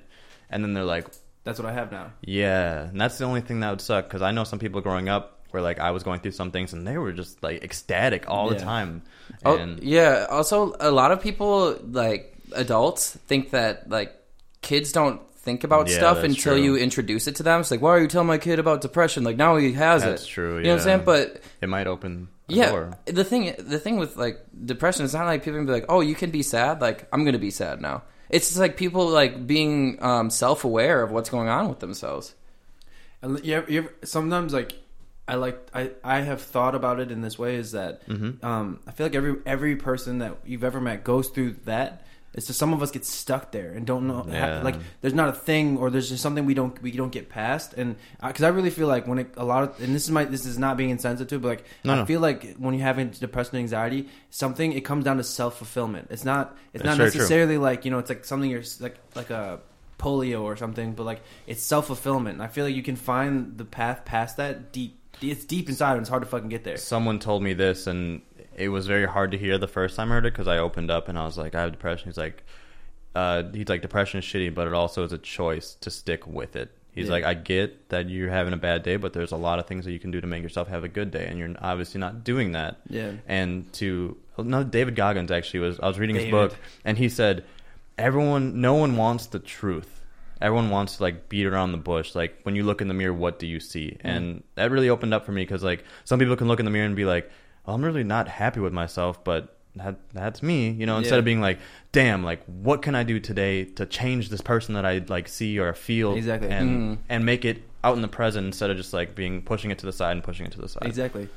and then they're like, That's what I have now. yeah, and that's the only thing that would suck because I know some people growing up where like I was going through some things and they were just like ecstatic all Yeah. the time. Oh, And- yeah. Also, a lot of people, like adults, think that like kids don't think about Yeah, stuff that's until true. you introduce it to them. It's like, why are you telling my kid about depression? Like now he has it. That's true, You know what I'm saying? yeah. But It might open the yeah, door. the thing, the thing with like depression, it's not like people can be like, oh, you can be sad. Like I'm gonna be sad now. It's just like people like being um, self aware of what's going on with themselves. And you ever, you ever, sometimes like I like I, I have thought about it in this way is that Mm-hmm. um, I feel like every every person that you've ever met goes through that. It's just some of us get stuck there and don't know Yeah. like there's not a thing or there's just something we don't we don't get past and because I really feel like when it, a lot of and this is my this is not being insensitive but like No, I no. feel like when you have depression and anxiety something it comes down to self fulfillment it's not it's That's not very true. necessarily necessarily, like you know it's like something you're like like a polio or something but like it's self-fulfillment and i feel like you can find the path past that deep it's deep inside and it's hard to fucking get there someone told me this and it was very hard to hear the first time I heard it because I opened up and I was like, I have depression. He's like, uh, he's like, depression is shitty, but it also is a choice to stick with it. He's Yeah. like, I get that you're having a bad day, but there's a lot of things that you can do to make yourself have a good day, and you're obviously not doing that. Yeah. And to no, David Goggins actually was. I was reading his David. book, and he said, everyone, no one wants the truth. Everyone wants to like beat around the bush. Like when you look in the mirror, what do you see? And that really opened up for me because like some people can look in the mirror and be like, well, I'm really not happy with myself, but that that's me, you know. Instead Yeah. of being like, damn, like what can I do today to change this person that I like see or feel Exactly. and and make it out in the present instead of just like being pushing it to the side and pushing it to the side. exactly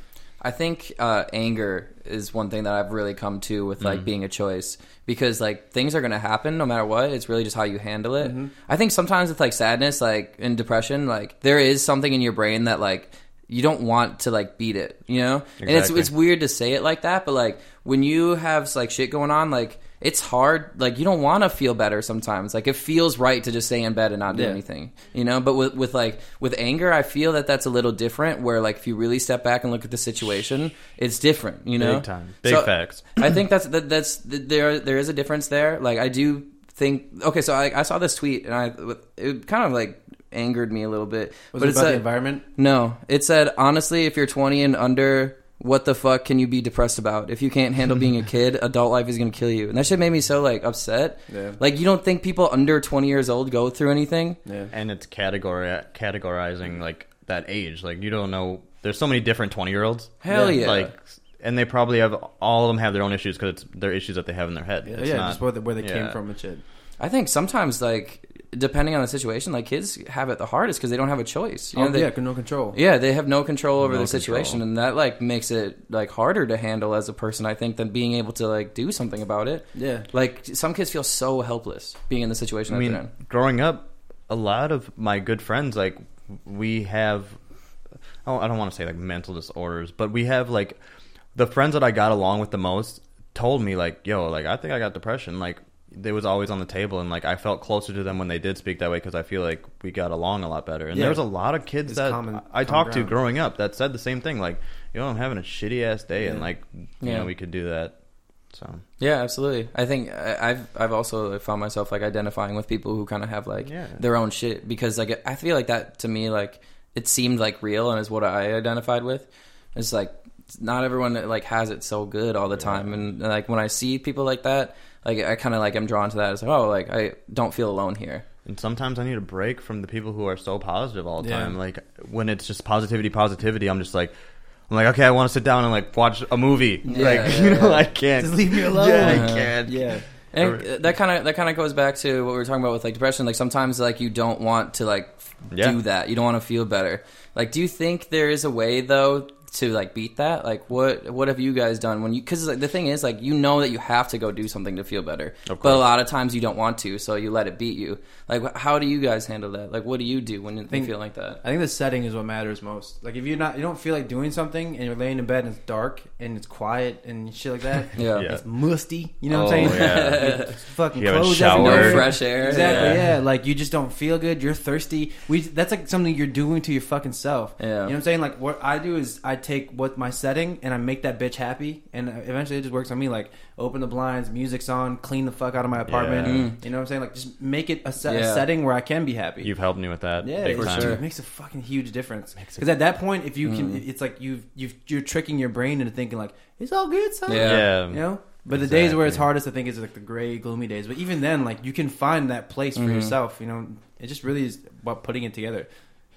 I think uh, anger is one thing that I've really come to with like being a choice because like things are going to happen no matter what. It's really just how you handle it. I think sometimes with like sadness, like and depression, like there is something in your brain that like you don't want to like beat it, you know. And it's Exactly. it's weird to say it like that, but like when you have like shit going on, like it's hard. Like you don't want to feel better sometimes. Like it feels right to just stay in bed and not do Yeah. anything, you know. But with with like with anger, I feel that that's a little different. Where like if you really step back and look at the situation, it's different, you know. Big time. Big So, facts. I think that's that, that's that there there is a difference there. Like I do think okay, so I, I saw this tweet and I it kind of like angered me a little bit. was it about the said- environment no, it said honestly, if you're 20 and under, what the fuck can you be depressed about? If you can't handle being a kid, adult life is gonna kill you. And that shit made me so like upset. Yeah. Like you don't think people under 20 years old go through anything? yeah and it's category categorizing like that age. Like you don't know. There's so many different twenty year olds. Hell yeah. Like, and they probably have all of them have their own issues because it's their issues that they have in their head. yeah, It's yeah not- just where, the, where they came yeah. from and shit I think sometimes like depending on the situation, like kids have it the hardest because they don't have a choice. You oh, know, they, yeah no control Yeah, they have no control over No the situation, control. and that like makes it like harder to handle as a person. I think than being able to like do something about it. Yeah. like some kids feel so helpless being in the situation. I that mean, they're in. growing up, a lot of my good friends, like, we have, oh, I don't want to say like mental disorders, but we have like the friends that I got along with the most told me, like, yo, like, I think I got depression. Like, they was always on the table, and like I felt closer to them when they did speak that way because I feel like we got along a lot better. And Yeah. there was a lot of kids It's that common- I common talked to ground. growing up that said the same thing, like, yo, I'm having a shitty ass day, and Yeah. like, you Yeah. know, we could do that. So Yeah, absolutely. I think I- I've I've also found myself like identifying with people who kind of have like Yeah. their own shit because like I feel like that to me like it seemed like real and is what I identified with. It's like not everyone uh, like has it so good all the time, and like when I see people like that, like I kind of like am drawn to that as oh like I don't feel alone here. and sometimes I need a break from the people who are so positive all the Yeah. time. Like when it's just positivity, positivity, I'm just like. I'm like, okay, I want to sit down and like watch a movie. like, yeah, you know, yeah. Uh-huh. I can't. Just leave me alone. Yeah, I Yeah. can't. Yeah. And it- that kind of that kind of goes back to what we were talking about with like depression. Like sometimes like you don't want to like f- Yeah. do that. You don't want to feel better. Like, do you think there is a way though to like beat that? Like, what what have you guys done when you? Because like, the thing is, like you know that you have to go do something to feel better, but a course. lot of times you don't want to, so you let it beat you. Like, wh- how do you guys handle that? Like, what do you do when you Think- feel like that? I think the setting is what matters most. Like if you're not, you don't feel like doing something, and you're laying in bed and it's dark and it's quiet and shit like that. Yeah. Yeah. it's musty. You know what Oh, I'm saying? yeah. Like, it's fucking You haven't clothes showered. everywhere. No fresh air. Exactly. Yeah. Yeah. like you just don't feel good. You're thirsty. We that's like something you're doing to your fucking self. Yeah. you know what I'm saying? Like what I do is I take what my setting and I make that bitch happy, and eventually it just works on me. Like open the blinds, music's on, clean the fuck out of my apartment. Yeah. You know what I'm saying? Like just make it a, set, Yeah. a setting where I can be happy. You've helped me with that. Yeah, big it, time. sure. it makes a fucking huge difference. Because at that point, if you can, it's like you've you've you're tricking your brain into thinking like it's all good, son. Yeah. Yeah. you know. But the days where it's hardest, I think, is like the gray, gloomy days. But even then, like you can find that place for yourself. You know, it just really is about putting it together,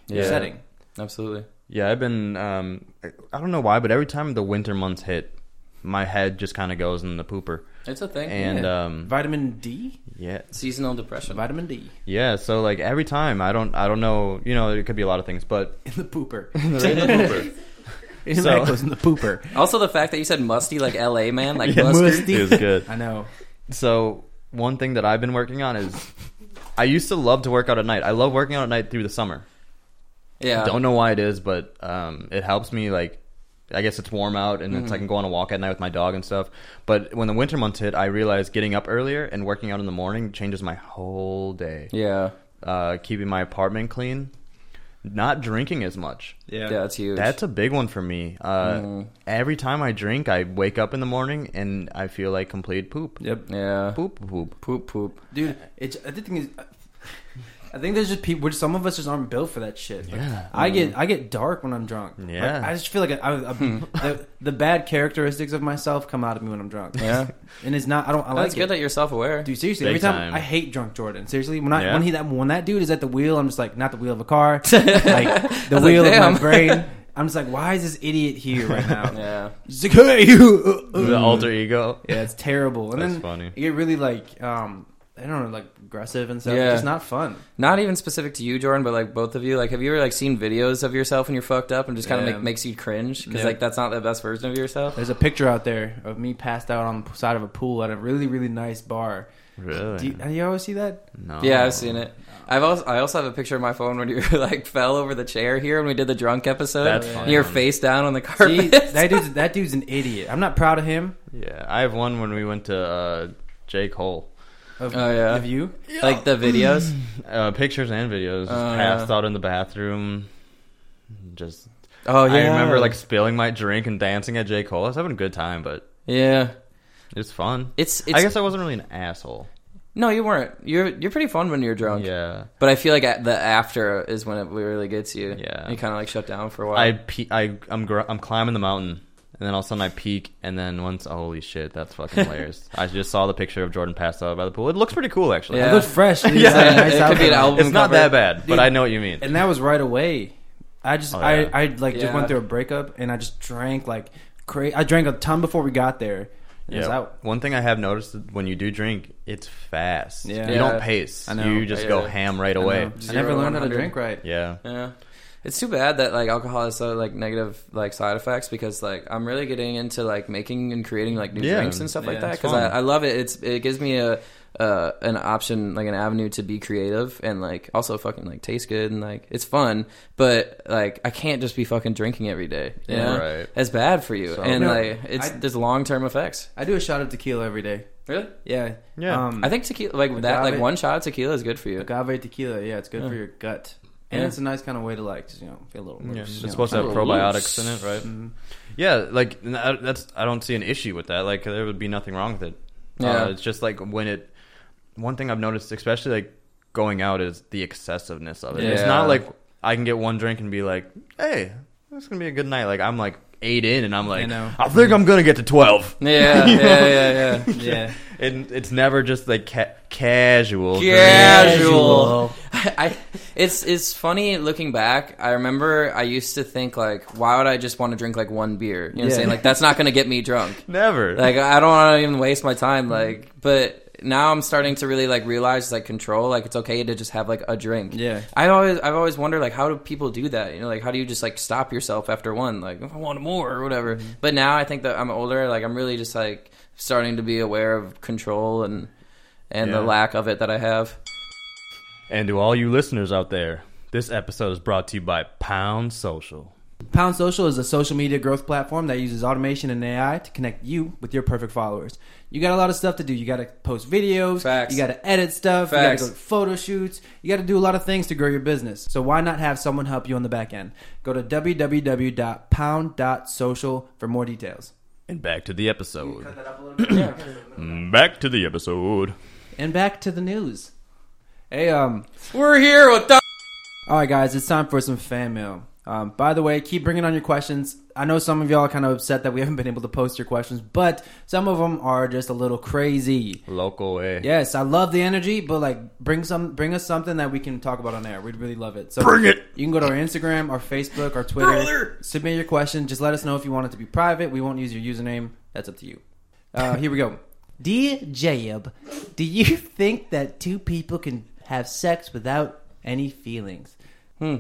your Yeah. setting. Absolutely. Yeah, I've been. Um, I- I don't know why, but every time the winter months hit, my head just kind of goes in the pooper. It's a thing. And Yeah. um, Vitamin D, yeah, Seasonal depression. vitamin D yeah. So like every time, I don't, I don't know. You know, it could be a lot of things, but in the pooper. in the pooper. In So- that goes in the pooper. Also, the fact that you said musty, like LA man, like Yeah, mustard. mustard is good. I know. So one thing that I've been working on is, I used to love to work out at night. I love working out at night through the summer. Yeah. Don't know why it is, but um, it helps me. Like, I guess it's warm out, and Mm-hmm. it's I can go on a walk at night with my dog and stuff. But when the winter months hit, I realized getting up earlier and working out in the morning changes my whole day. Yeah. Uh, keeping my apartment clean, not drinking as much. Yeah, Yeah, it's huge. That's a big one for me. Uh, Mm. Every time I drink, I wake up in the morning and I feel like complete poop. yep, yeah. Poop, Poop, poop. poop, poop. dude. It's I think the thing is. I think there's just people. Which some of us just aren't built for that shit. Like, Yeah. I Mm. get I get dark when I'm drunk. Like, Yeah. I just feel like I, I, I- the, the bad characteristics of myself come out of me when I'm drunk. Yeah. and it's not. I don't. I That's like good it. that you're self aware. Dude, seriously, Big every time, time. I hate drunk Jordan. Seriously, when I, Yeah? when he that when that dude is at the wheel, I'm just like not the wheel of a car, like the wheel of damn. my brain. I'm just like, why is this idiot here right now? Yeah. He's like, hey, you. uh, uh." The alter ego. Yeah, it's terrible. And That's then funny. you get really like um, I don't know, like aggressive and stuff. Yeah. It's just not fun. Not even specific to you, Jordan, but like both of you. Like, have you ever like seen videos of yourself when you're fucked up and just kind of Yeah. make, makes you cringe Yeah. because Uh, like that's not the best version of yourself? There's a picture out there of me passed out on the side of a pool at a really really nice bar. Really? Do you, do you always see that? no. Yeah, I've seen it. I've also I also have a picture of my phone when you like fell over the chair here when we did the drunk episode. That's And fun. You're face down on the See, carpet. that dude's that dude's an idiot. I'm not proud of him. Yeah, I have one when we went to uh, J. Cole. Of, Oh, yeah. of you. Like the videos. Uh, pictures and videos. Just Uh, passed out in the bathroom. Just. Oh yeah. I remember like spilling my drink and dancing at J. Cole. I was having a good time, but yeah. it's fun. It's it's I guess I wasn't really an asshole. no, you weren't. You're you're pretty fun when you're drunk. Yeah. But I feel like at the after is when it really gets you. Yeah. You kind of like shut down for a while. I pe- I I'm gr- I'm climbing the mountain, and then all of a sudden I peak, and then once holy shit, that's fucking hilarious. I just saw the picture of Jordan passed out by the pool. It looks pretty cool actually. Yeah. It looks fresh. It's Yeah, like a nice it could outfit. be an album. It's not that cover. bad, but Dude. I know what you mean. And that was right away. I just, Oh, yeah. I, I like just Yeah. went through a breakup and I just drank like crazy. I drank a ton before we got there. And It was out. One thing I have noticed is when you do drink, it's fast. Yeah. You Yeah. don't pace. I know. You just Yeah. go ham right away. I never Zero, learned how to 100. drink right. Yeah. Yeah. It's too bad that like alcohol has so like negative like side effects because like I'm really getting into like making and creating like new Yeah. drinks and stuff like Yeah, that it's because I, fun. I love it. It's it gives me a uh, an option like an avenue to be creative and like also fucking like taste good and like it's fun. But like I can't just be fucking drinking every day. You Yeah. know? Right. That's bad for you So- and No, like it's I- there's long term effects. I do a shot of tequila every day. Really. Yeah. Yeah. Um, I think tequila, like that, Agave. like one shot of tequila is good for you. agave tequila. Yeah, it's good for your gut. and Yeah. it's a nice kind of way to like just, you know feel a little. Yeah, loose, it's you know, supposed to have kinda loose. probiotics in it, right? Mm. Yeah, like n- I- that's I don't see an issue with that. Like there would be nothing wrong with it. Yeah. Uh, it's just like when it. One thing I've noticed, especially like going out, is the excessiveness of it. It's Yeah. not like I can get one drink and be like, "Hey, it's gonna be a good night." Like I'm like eight in, and I'm like, I, I know. think I'm gonna get to twelve. Yeah, yeah, yeah, yeah. Yeah, And it's never just like ca- casual. drink. casual. I, it's it's funny looking back. I remember I used to think like, why would I just want to drink like one beer? You know what I'm Yeah. saying? Like that's not going to get me drunk. Never. Like I don't want to even waste my time. Like, but now I'm starting to really like realize like control. Like it's okay to just have like a drink. Yeah. I always I've always wondered like how do people do that? You know, like how do you just like stop yourself after one? Like I want more or whatever. Mm-hmm. But now I think that I'm older. Like I'm really just like starting to be aware of control and and the Yeah. lack of it that I have. and to all you listeners out there, this episode is brought to you by Pound Social. Pound Social is a social media growth platform that uses automation and AI to connect you with your perfect followers. You got a lot of stuff to do. You got to post videos. Facts. You got to edit stuff. Facts. You got to go to photo shoots. You got to do a lot of things to grow your business. So why not have someone help you on the back end? Go to www.pound.social for more details. And back to the episode. Back to the episode. and back to the news. Hey, um, We're here with the All right, guys, it's time for some fan mail. Um, by the way, keep bringing on your questions. I know some of y'all are kind of upset that we haven't been able to post your questions, but some of them are just a little crazy. Local eh? way. Yes, I love the energy, but like bring some, bring us something that we can talk about on air. We'd really love it. So Bring it. You can go to our Instagram, our Facebook, our Twitter. Submit your question. Just let us know if you want it to be private. We won't use your username. That's up to you. Uh, here we go. Dear Jacob, do you think that two people can have sex without any feelings? Uh,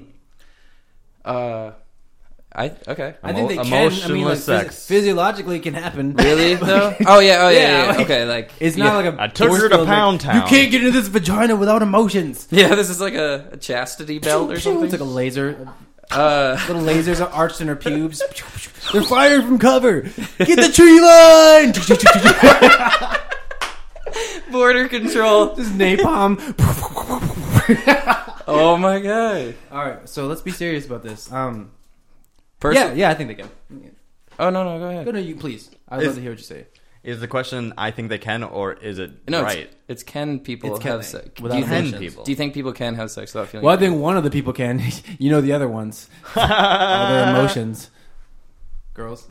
I okay. I think they Emo- can. I mean, like, emotionless physi- sex. physiologically, it can happen. Really though? Oh yeah. Oh Yeah, yeah. yeah, yeah. like- okay. Like It's not like a. I took her force to field, like, Pound Town. You can't get into this vagina without emotions. yeah. This is like a, a chastity belt or It's like something. a laser. Uh, Little lasers are arched in her pubes. They're firing from cover. Get the tree line. border control. Just napalm. Oh my god. All right, so let's be serious about this. Um, Person- yeah, yeah, I think they can. Oh no no go ahead. Go to you, please. I'd love Is- to hear what you say. Is the question I think they can or is it No, right? it's, it's can people It's can have they? sex? Without do, you Can emotions. think, people? do you think people can have sex without feeling? Well, I anything? think one of the people can. you know the other ones. All Uh, their emotions. Girls.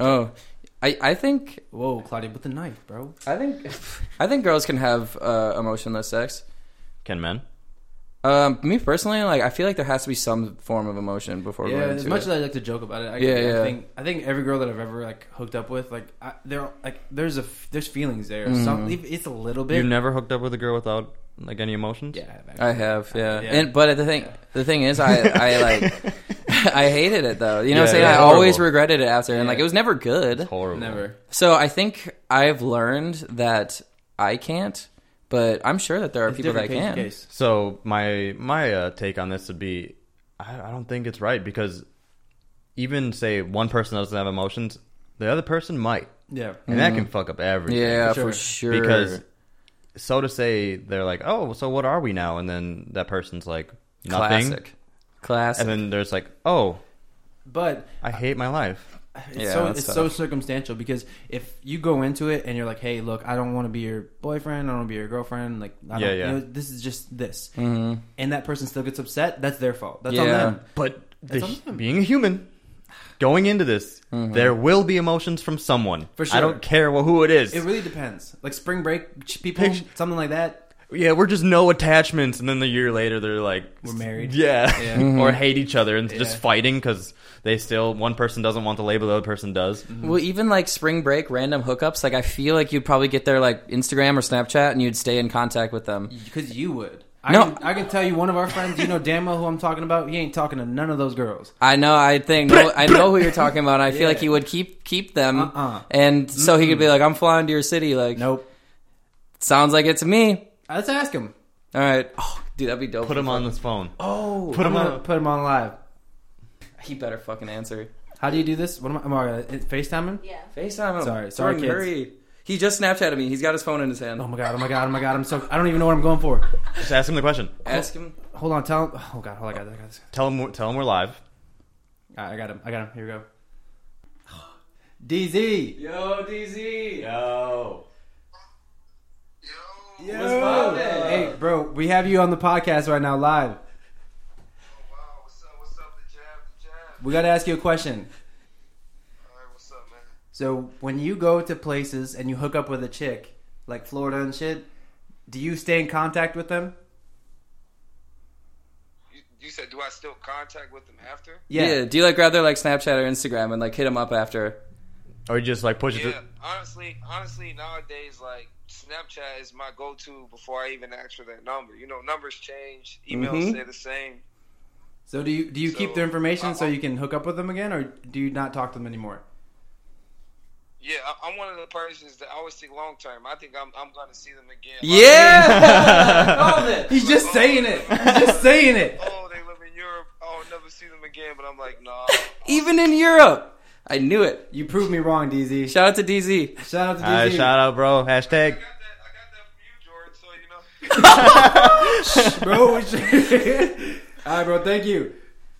Oh, I I think Whoa, Claudia, with the knife, bro. I think I think girls can have uh, emotionless sex. Can men? Um, me personally, like I feel like there has to be some form of emotion before. Yeah, going as into much as it. I like to joke about it, I, Yeah, I yeah. think I think every girl that I've ever like hooked up with, like I, there, like there's a f- there's feelings there. Mm-hmm. Some, it's a little bit. You've never hooked up with a girl without like any emotions? yeah, I have, actually. I have, yeah. Yeah. And but the thing, the thing is, I, I like, I hated it though. You know, what Yeah, I'm saying it's I always horrible. regretted it after, and like Yeah. it was never good. Horrible. never. So I think I've learned that I can't, but I'm sure that there are people that Different can. case to case. So my my uh, take on this would be I, I don't think it's right because even say one person doesn't have emotions, the other person might. Yeah, And that can fuck up everything. Yeah, For for Mm-hmm. sure. sure. Because so to say they're like, Oh, so what are we now? And then that person's like nothing. classic, classic. And then there's like, Oh, but I hate my life. it's Yeah, so that's it's so circumstantial because if you go into it and you're like, hey, look, I don't want to be your boyfriend, I don't want to be your girlfriend, like, I Yeah, don't, yeah. You know, this is just this, and that person still gets upset. That's their fault. That's on Mm-hmm. Yeah. them. But That's the- on them. being a human, going into this, there will be emotions from someone. Mm-hmm. For I sure. don't care wh- who it is. It really depends. Like spring break ch- people, Picture- something like that. yeah, we're just no attachments, and then a year later they're like, We're married. Yeah, Yeah. Mm-hmm. or hate each other and just Yeah. fighting because they still one person doesn't want the label, the other person does. Mm-hmm. well, even like spring break, random hookups. Like I feel like you'd probably get their like Instagram or Snapchat, and you'd stay in contact with them. Because you would. I, No. can, I can tell you one of our friends, you know damn well who I'm talking about, he ain't talking to none of those girls. I know. I think no, I know who you're talking about. and I feel like Yeah. he would keep keep them, Uh-uh. and so he could be like, "I'm flying to your city." Like, Nope. sounds like it to me. Let's ask him. All right, oh, dude, that'd be dope. Put him on this phone. Oh, Put him I'm gonna on- Put him on live. He better fucking answer. How do you do this? What am I? Am I uh, FaceTime him? Yeah. Facetime him. Sorry, sorry, Jordan, kids. hurry. He just Snapchatted me. He's got his phone in his hand. Oh my god! Oh my god! Oh my god! I'm so. I don't even know what I'm going for. Just ask him the question. Ask him. hold on, tell him. Oh god, hold on, I got, I got this. Tell him, tell him we're live. All right, I got him. I got him. Here we go. DZ. Yo, DZ. Yo. Yo. What's Hey, bro, we have you on the podcast right now, live. Oh, wow. What's up? What's up? The jab, the jab. We got to ask you a question. All right, what's up, man? So, when you go to places and you hook up with a chick, like Florida and shit, do you stay in contact with them? You, you said, do I still contact with them after? Yeah. Do you like rather like Snapchat or Instagram and like hit them up after? Or you just like push it. Yeah, To, honestly, honestly, nowadays, like Snapchat is my go-to before I even ask for that number. You know, numbers change, emails Mm-hmm. Mhm. stay the same. So do you do you keep So, their information so I- you can hook up with them again, or do you not talk to them anymore? Yeah, I, I'm one of the persons that always think long term. I think I'm I'm gonna see them again. Yeah. Called it. He's just saying it. He's just saying it. Like, oh, they live in Europe. Oh, I'll never see them again. But I'm like, nah. Even in Europe, I knew it. You proved me wrong, DZ. Shout out to DZ. Shout out to DZ. Alright, shout out, bro. I Hashtag. got that. I got that from you, George. So you know. bro. we should- All right, bro. Thank you.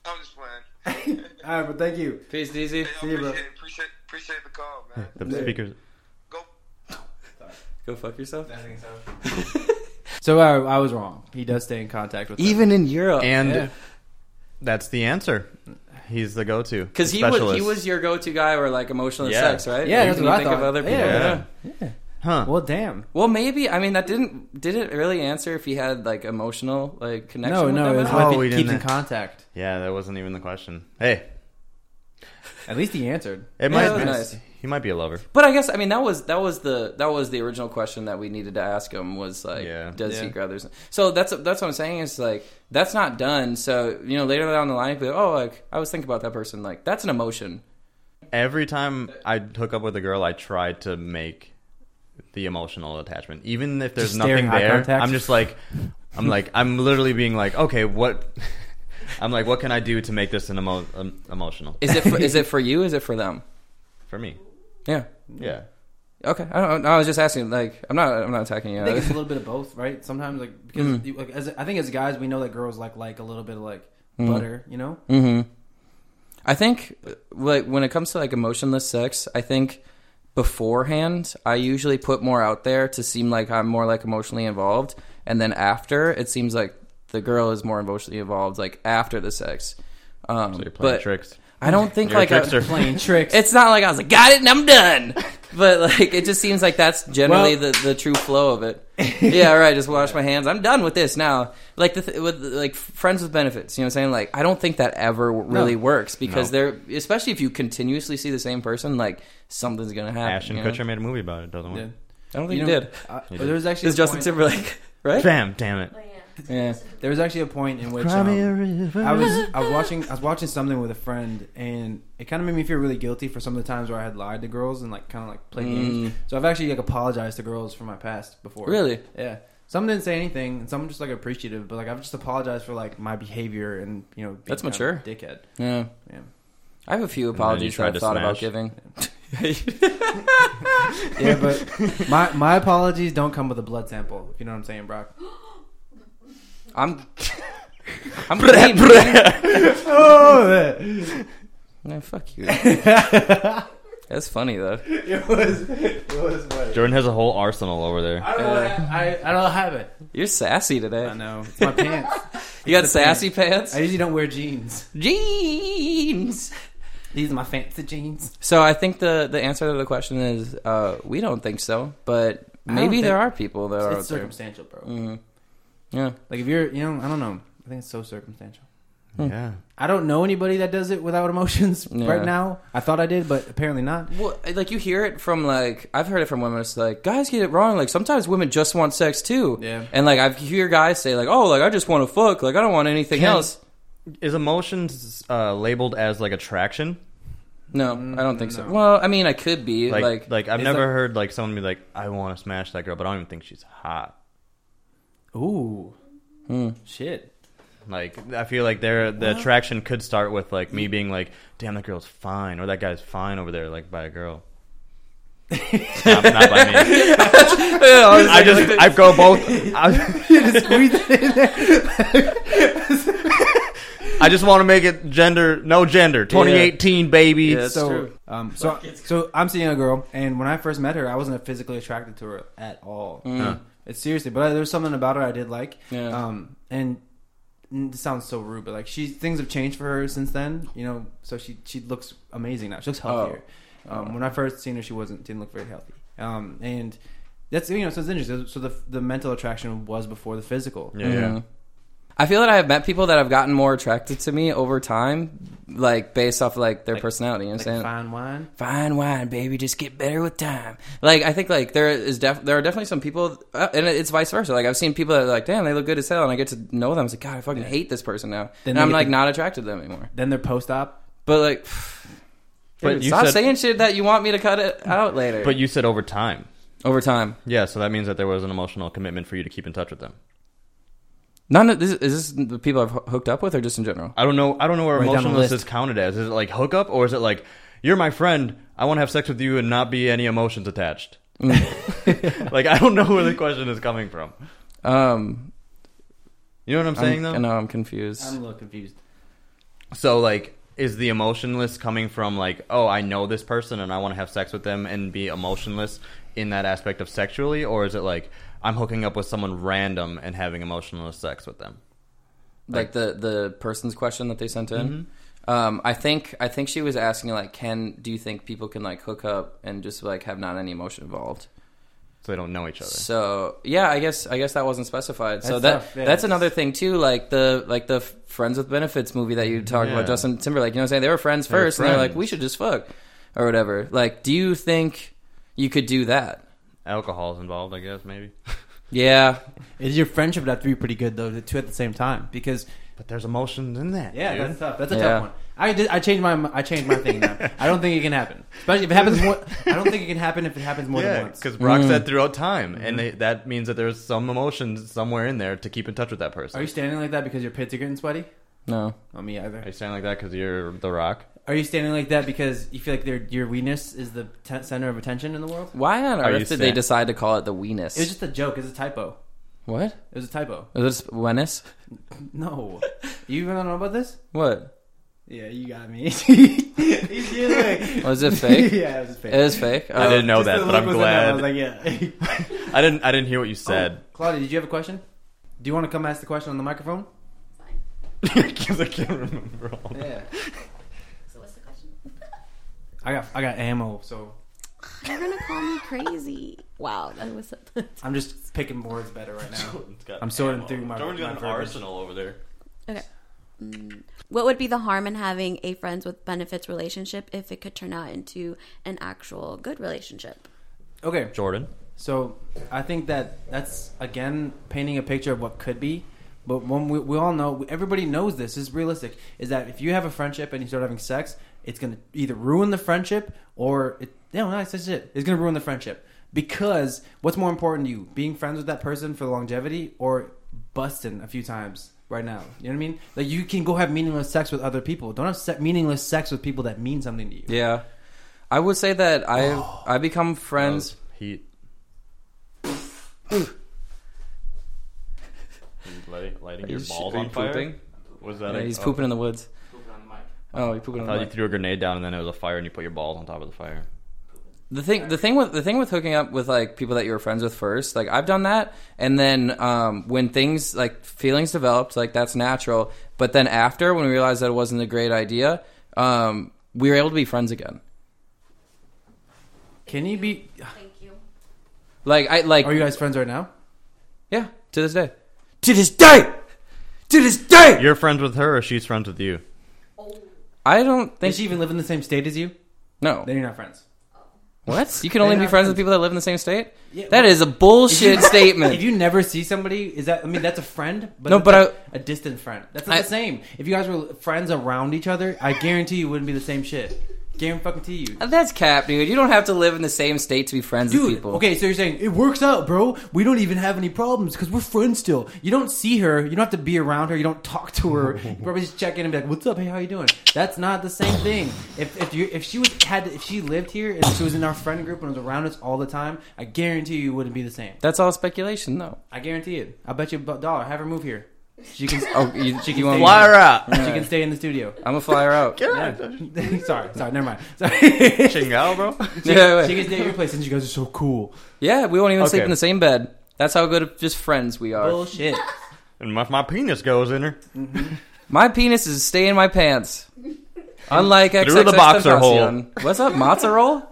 I'm just playing. All right, bro. Thank you. Peace, DZ. Hey, I See you, bro. appreciate, appreciate appreciate the call, man. The speakers. Go. Go fuck yourself. uh, So I, I was wrong. He does stay in contact with them. Even in Europe, And Yeah. that's the answer. He's the go-to. because he was he was your go-to guy or like emotional Yeah. sex, right? yeah, Like, that's when what you I think thought. of other people. Yeah. Yeah. Yeah. Huh. Well, damn. Well, maybe. I mean, that didn't did it really answer if he had like emotional like connection? No, with no. Them It at was all? what if Oh, we he didn't keeps in know. contact. yeah, that wasn't even the question. Hey, At least he answered. it might. that was nice. He might be a lover. But I guess I mean that was that was the that was the original question that we needed to ask him was like Yeah. does he Yeah. grab others? So that's that's what I'm saying is like that's not done. So you know later down the line, you'd be like, oh like I was thinking about that person like that's an emotion. Every time I hook up with a girl, I try to make the emotional attachment, even if there's Just staring nothing eye there. contact? I'm just like, I'm like, I'm literally being like, okay, what? I'm like, what can I do to make this an emo- um, emotional Is it for, is it for you? Is it for them? for me? Yeah. Yeah. Okay. I don't. I was just asking. Like I'm not I'm not attacking you. I think it's a little bit of both, right? Sometimes, like because you- like, as, I think as guys, we know that girls like like a little bit of like butter, you know. hmm I think uh, like when it comes to like emotionless sex, I think beforehand I usually put more out there to seem like I'm more like emotionally involved, and then after it seems like the girl is more emotionally involved, like after the sex. Um, So you're playing but tricks. I don't think You're like a I- trickster. Playing tricks. it's not like I was like got it and I'm done, but like it just seems like that's generally Well- the, the true flow of it. yeah, right. Just wash my hands. I'm done with this now. Like the th- with like friends with benefits. You know what I'm saying? Like I don't think that ever really works because they're especially if you continuously see the same person, like something's gonna happen. Ashton you know? Kutcher made a movie about it, doesn't Yeah. he? I don't think You you know, did. I- there was actually It's a Justin point- Timberlake, right? Bam! Damn it. Oh, yeah. Yeah. There was actually a point in which Cry me a um, river. I was I was watching I was watching something with a friend and it kind of made me feel really guilty for some of the times where I had lied to girls and like kind of like played games. So I've actually like apologized to girls for my past before. Really? Yeah. Some didn't say anything and some just like appreciative, but like I've just apologized for like my behavior and you know being That's kind of mature. a dickhead. Yeah. Yeah. I have a few then you apologies that tried I've to thought about smash. giving. Yeah, but my my apologies don't come with a blood sample. If you know what I'm saying, Brock. I'm. I'm clean. man. Oh, Yeah, fuck you. That's funny though. it was it was funny. Jordan has a whole arsenal over there. I don't know. What hap- I I don't have it. You're sassy today. I know. It's my pants. You got sassy pants? I usually don't wear jeans. Jeans. These are my fancy jeans. So I think the the answer to the question is uh, we don't think so, but I don't maybe think- there are people that It's are out there. circumstantial, bro. Mhm. Yeah. Like if you're, you know, I don't know. I think it's so circumstantial. Hmm. Yeah. I don't know anybody that does it without emotions Yeah. right now. I thought I did, but apparently not. Well, like you hear it from like I've heard it from women. It's like guys get it wrong. Like sometimes women just want sex too. Yeah. And like I hear guys say like, oh, like I just want to fuck. Like I don't want anything Can- else. Is emotions uh, labeled as like attraction? Mm, No, I don't think so. no. Well, I mean, I could be Like, like, like, I've it's never like- heard like someone be like, "I want to smash that girl," but I don't even think she's hot. Ooh, shit. Like I feel like their the attraction could start with like me being like, "Damn, that girl's fine," or "That guy's fine over there," like by a girl. Not, not by me. I just I go both. I, You just squeeze it in there. I just want to make it gender no gender 2018 baby. Yeah. That's so, true. um, so, so I'm seeing a girl, and when I first met her, I wasn't physically attracted to her at all. It's seriously, but there was something about her I did like. Mm. Yeah. Um, and mm, this sounds so rude, but like she things have changed for her since then. You know, so she she looks amazing now. She looks healthier. Oh. Um, when I first seen her, she wasn't didn't look very healthy. Um, and that's you know so it's interesting. So the the mental attraction was before the physical. Yeah, yeah. I feel that I have met people that have gotten more attracted to me over time, like based off like their personality. You know what I'm saying? Like fine wine. fine wine, baby. Just get better with time. Like I think like there is def- there are definitely some people, uh, and it's vice versa. Like I've seen people that are like, damn, they look good as hell, and I get to know them. It's like, God, I fucking hate this person now, Then and they I'm get like to- not attracted to them anymore. Then their post op. But like, But you stop said saying shit that you want me to cut it out later. but you said over time. over time, Yeah, so that means that there was an emotional commitment for you to keep in touch with them. none of this is this the people I've ho- hooked up with, or just in general. I don't know. I don't know where Write down a emotionless list. is counted as. Is it like hookup or is it like you're my friend? I want to have sex with you and not be any emotions attached. Mm. like I don't know where the question is coming from. Um, You know what I'm saying I'm, though. I know I'm confused. I'm a little confused. So like, is the emotionless coming from like, oh, I know this person and I want to have sex with them and be emotionless in that aspect of sexually, or is it like I'm hooking up with someone random and having emotionless sex with them? like the the person's question that they sent in. Um, I think I think she was asking like, can do you think people can like hook up and just like have not any emotion involved? So they don't know each other. So yeah, I guess I guess that wasn't specified. so That's that tough, yeah. that's another thing too. Like the like the Friends with Benefits movie that you talked Yeah. about, Justin Timberlake. You know what I'm saying? They were friends were first, and they're like, friends. we should just fuck or whatever. Like, do you think you could do that? Alcohol's involved, I guess maybe. Yeah, Is your friendship would have to be pretty good though, the two at the same time? Because But there's emotions in that. yeah, dude. that's tough. That's a Yeah. tough one. I did, I changed my I changed my thing now. I don't think it can happen. Especially if it happens more. I don't think it can happen if it happens more than Yeah, once. Mm-hmm. because Brock Mm. said throughout time, and they, that means that there's some emotions somewhere in there to keep in touch with that person. Are you standing like that because your pits are getting sweaty? no. Not me either. Are you saying like that because you're the Rock? Are you standing like that because you feel like their your weakness is the te- center of attention in the world? Why on Are you earth did they sick? decide to call it the weenus? It was just a joke. It was a typo. what? It was a typo. Was it weenus? No, you even don't know about this? What? Yeah, you got me. He's like, Was it fake? yeah, it was fake. It is fake. I Oh. didn't know Just that, the but look I'm was in there. glad. I was like, yeah. I didn't. I didn't hear Oh. what you said. Claudia, did you have a question? Do you want to come ask the question on the microphone? Because I can't remember all. that. So what's the question? I got I got ammo, so You're gonna call me crazy. Wow, that was I'm just picking words better right now. Jordan's got I'm sorting ammo. through my- Jordan's my got an verbiage. arsenal over there. okay. Mm. What would be the harm in having a friends with benefits relationship if it could turn out into an actual good relationship? Okay, Jordan. so I think that that's again painting a picture of what could be. But when we, we all know, everybody knows this is realistic. Is that if you have a friendship and you start having sex, it's gonna either ruin the friendship or it, no, no, it's just it. It's gonna ruin the friendship because what's more important to you, being friends with that person for longevity or busting a few times right now? You know what I mean? Like you can go have meaningless sex with other people. Don't have se- meaningless sex with people that mean something to you. Yeah, I would say that I I become friends. Heat. lighting lighting your Is- balls are you on fire. pooping? Was that? Yeah, a- he's oh. pooping in the woods. Oh, he pooping on I the thought you mic. threw a grenade down and then it was a fire and you put your balls on top of the fire. The thing, the thing with the thing with hooking up with like people that you were friends with first, like I've done that, and then um, when things like feelings developed, like that's natural. But then after, when we realized that it wasn't a great idea, um, we were able to be friends again. Can you be? Thank you. Like I like Are you guys friends right now? yeah to this day, to this day, to this day. You're friends with her, or she's friends with you. I don't think Does she even live in the same state as you? no. Then you're not friends. What? You can only They're be not friends with friends. people that live in the same state? Yeah, that well- is a bullshit If statement. you never see somebody, is that? I mean, that's a friend, but No, that's but like a distant friend. That's not I- the same. If you guys were friends around each other, I guarantee you wouldn't be the same shit. Guarantee you. Uh, That's cap, dude. You don't have to live in the same state to be friends with Dude, people. okay, so you're saying it works out, bro. We don't even have any problems because we're friends still. You don't see her, you don't have to be around her, you don't talk to her. You probably just check in and be like, "What's up? Hey, how you doing?" That's not the same thing. If if you if she was had if she lived here and she was in our friend group and was around us all the time, I guarantee you it wouldn't be the same. That's all speculation, though. I guarantee it. I bet you a bu- dollar. Have her move here. She can. Oh, you, She you can want stay- Fly her out. She can stay in the studio. I'm gonna fly her out. Get her Yeah. out. sorry, sorry, never mind. Sorry. Ching out, bro. She, Yeah, wait. she can stay at your place, and you guys are so cool. Yeah, we won't even sleep Okay. in the same bed. That's how good of just friends we are. Bullshit. And my, my penis goes in her. My penis is staying in my pants. Unlike Through the XXX boxer hole. Tentacion. What's up, matzo roll?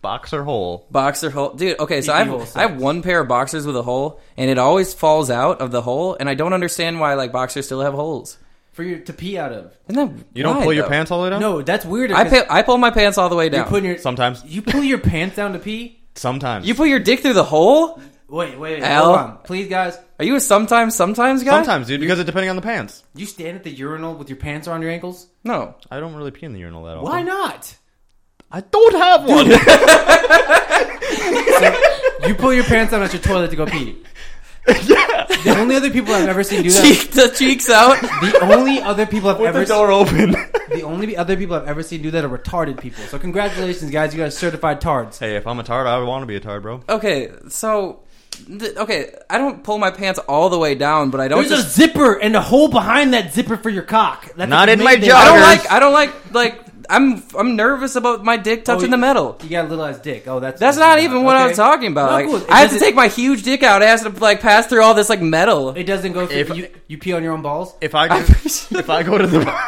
Boxer hole. Boxer hole, dude. Okay, so Peepee I have hole sucks. I have one pair of boxers with a hole, and it always falls out of the hole, and I don't understand why like boxers still have holes. For you to pee out of. Isn't that You don't why, pull your though? pants all the way down? No, that's weird. I pa- I pull my pants all the way You're down. putting your Sometimes. You pull your pants down to pee. Sometimes. you put your dick through the hole? Wait, wait, Al? hold on, please, guys. Are you a sometimes sometimes guy? Sometimes, dude, because it depending on the pants. You stand at the urinal with your pants around your ankles. No. I don't really pee in the urinal that often. Why not? I don't have one. You pull your pants down at your toilet to go pee. yeah. The only other people I've ever seen do that. Cheek the cheeks out. The only other people I've With ever the seen, door open. the only other people I've ever seen do that are retarded people. So congratulations, guys! You got certified tards. hey, if I'm a tard, I want to be a tard, bro. Okay, so th- okay, I don't pull my pants all the way down, but I don't There's a just zipper and a hole behind that zipper for your cock. That's Oh, Not a in big my thing. jog. I don't joggers. like I don't like like I'm I'm nervous about my dick touching Oh, you- the metal. You got a little ass dick. Oh, that's That's not even what I'm Okay. talking about. No, like, cool. It I have to doesn't- take my huge dick out. I have to like pass through all this like metal. It doesn't go. Through, If- you, you pee on your own balls. If I I go, if I go to the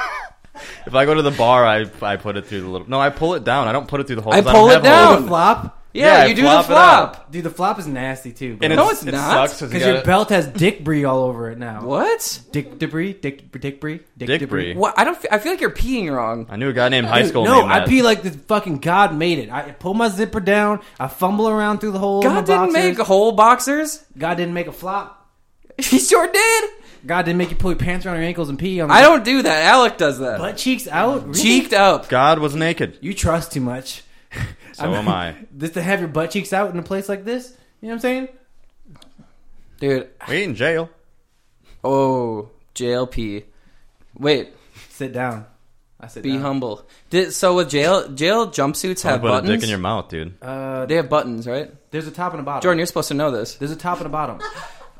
if I go to the bar, I I put it through the little. No, I pull it down. I don't put it through the hole. I 'cause pull don't it have holes. Oh, down. the flop. yeah, Yeah, you do the flop it out. flop. Dude, the flop is nasty too. And No, it's it not, sucks you because your gotta- belt has dick brie all over it now. What? Dick debris? Dick dick brie? Dick brie. What? I don't. f- I feel like you're peeing wrong. I knew a guy named high Dude, school. no, named I that. pee like the fucking God made it. I pull my zipper down. I fumble around through the hole. in my God didn't boxers. make hole boxers. God didn't make a flop. He sure did. God didn't make you pull your pants around your ankles and pee on. The I don't do that. Alec does that. butt cheeks out. Really? Cheeked up. God was naked. You trust too much. So am I. Just to have your butt cheeks out in a place like this. You know what I'm saying? Dude. We in jail. Oh, JLP. Wait. Sit down. I sit Be down. humble. Did, so with jail jail jumpsuits I have put a dick buttons. in your mouth, dude. Uh, they have buttons, right? there's a top and a bottom. Jordan, you're supposed to know this. There's a top and a bottom.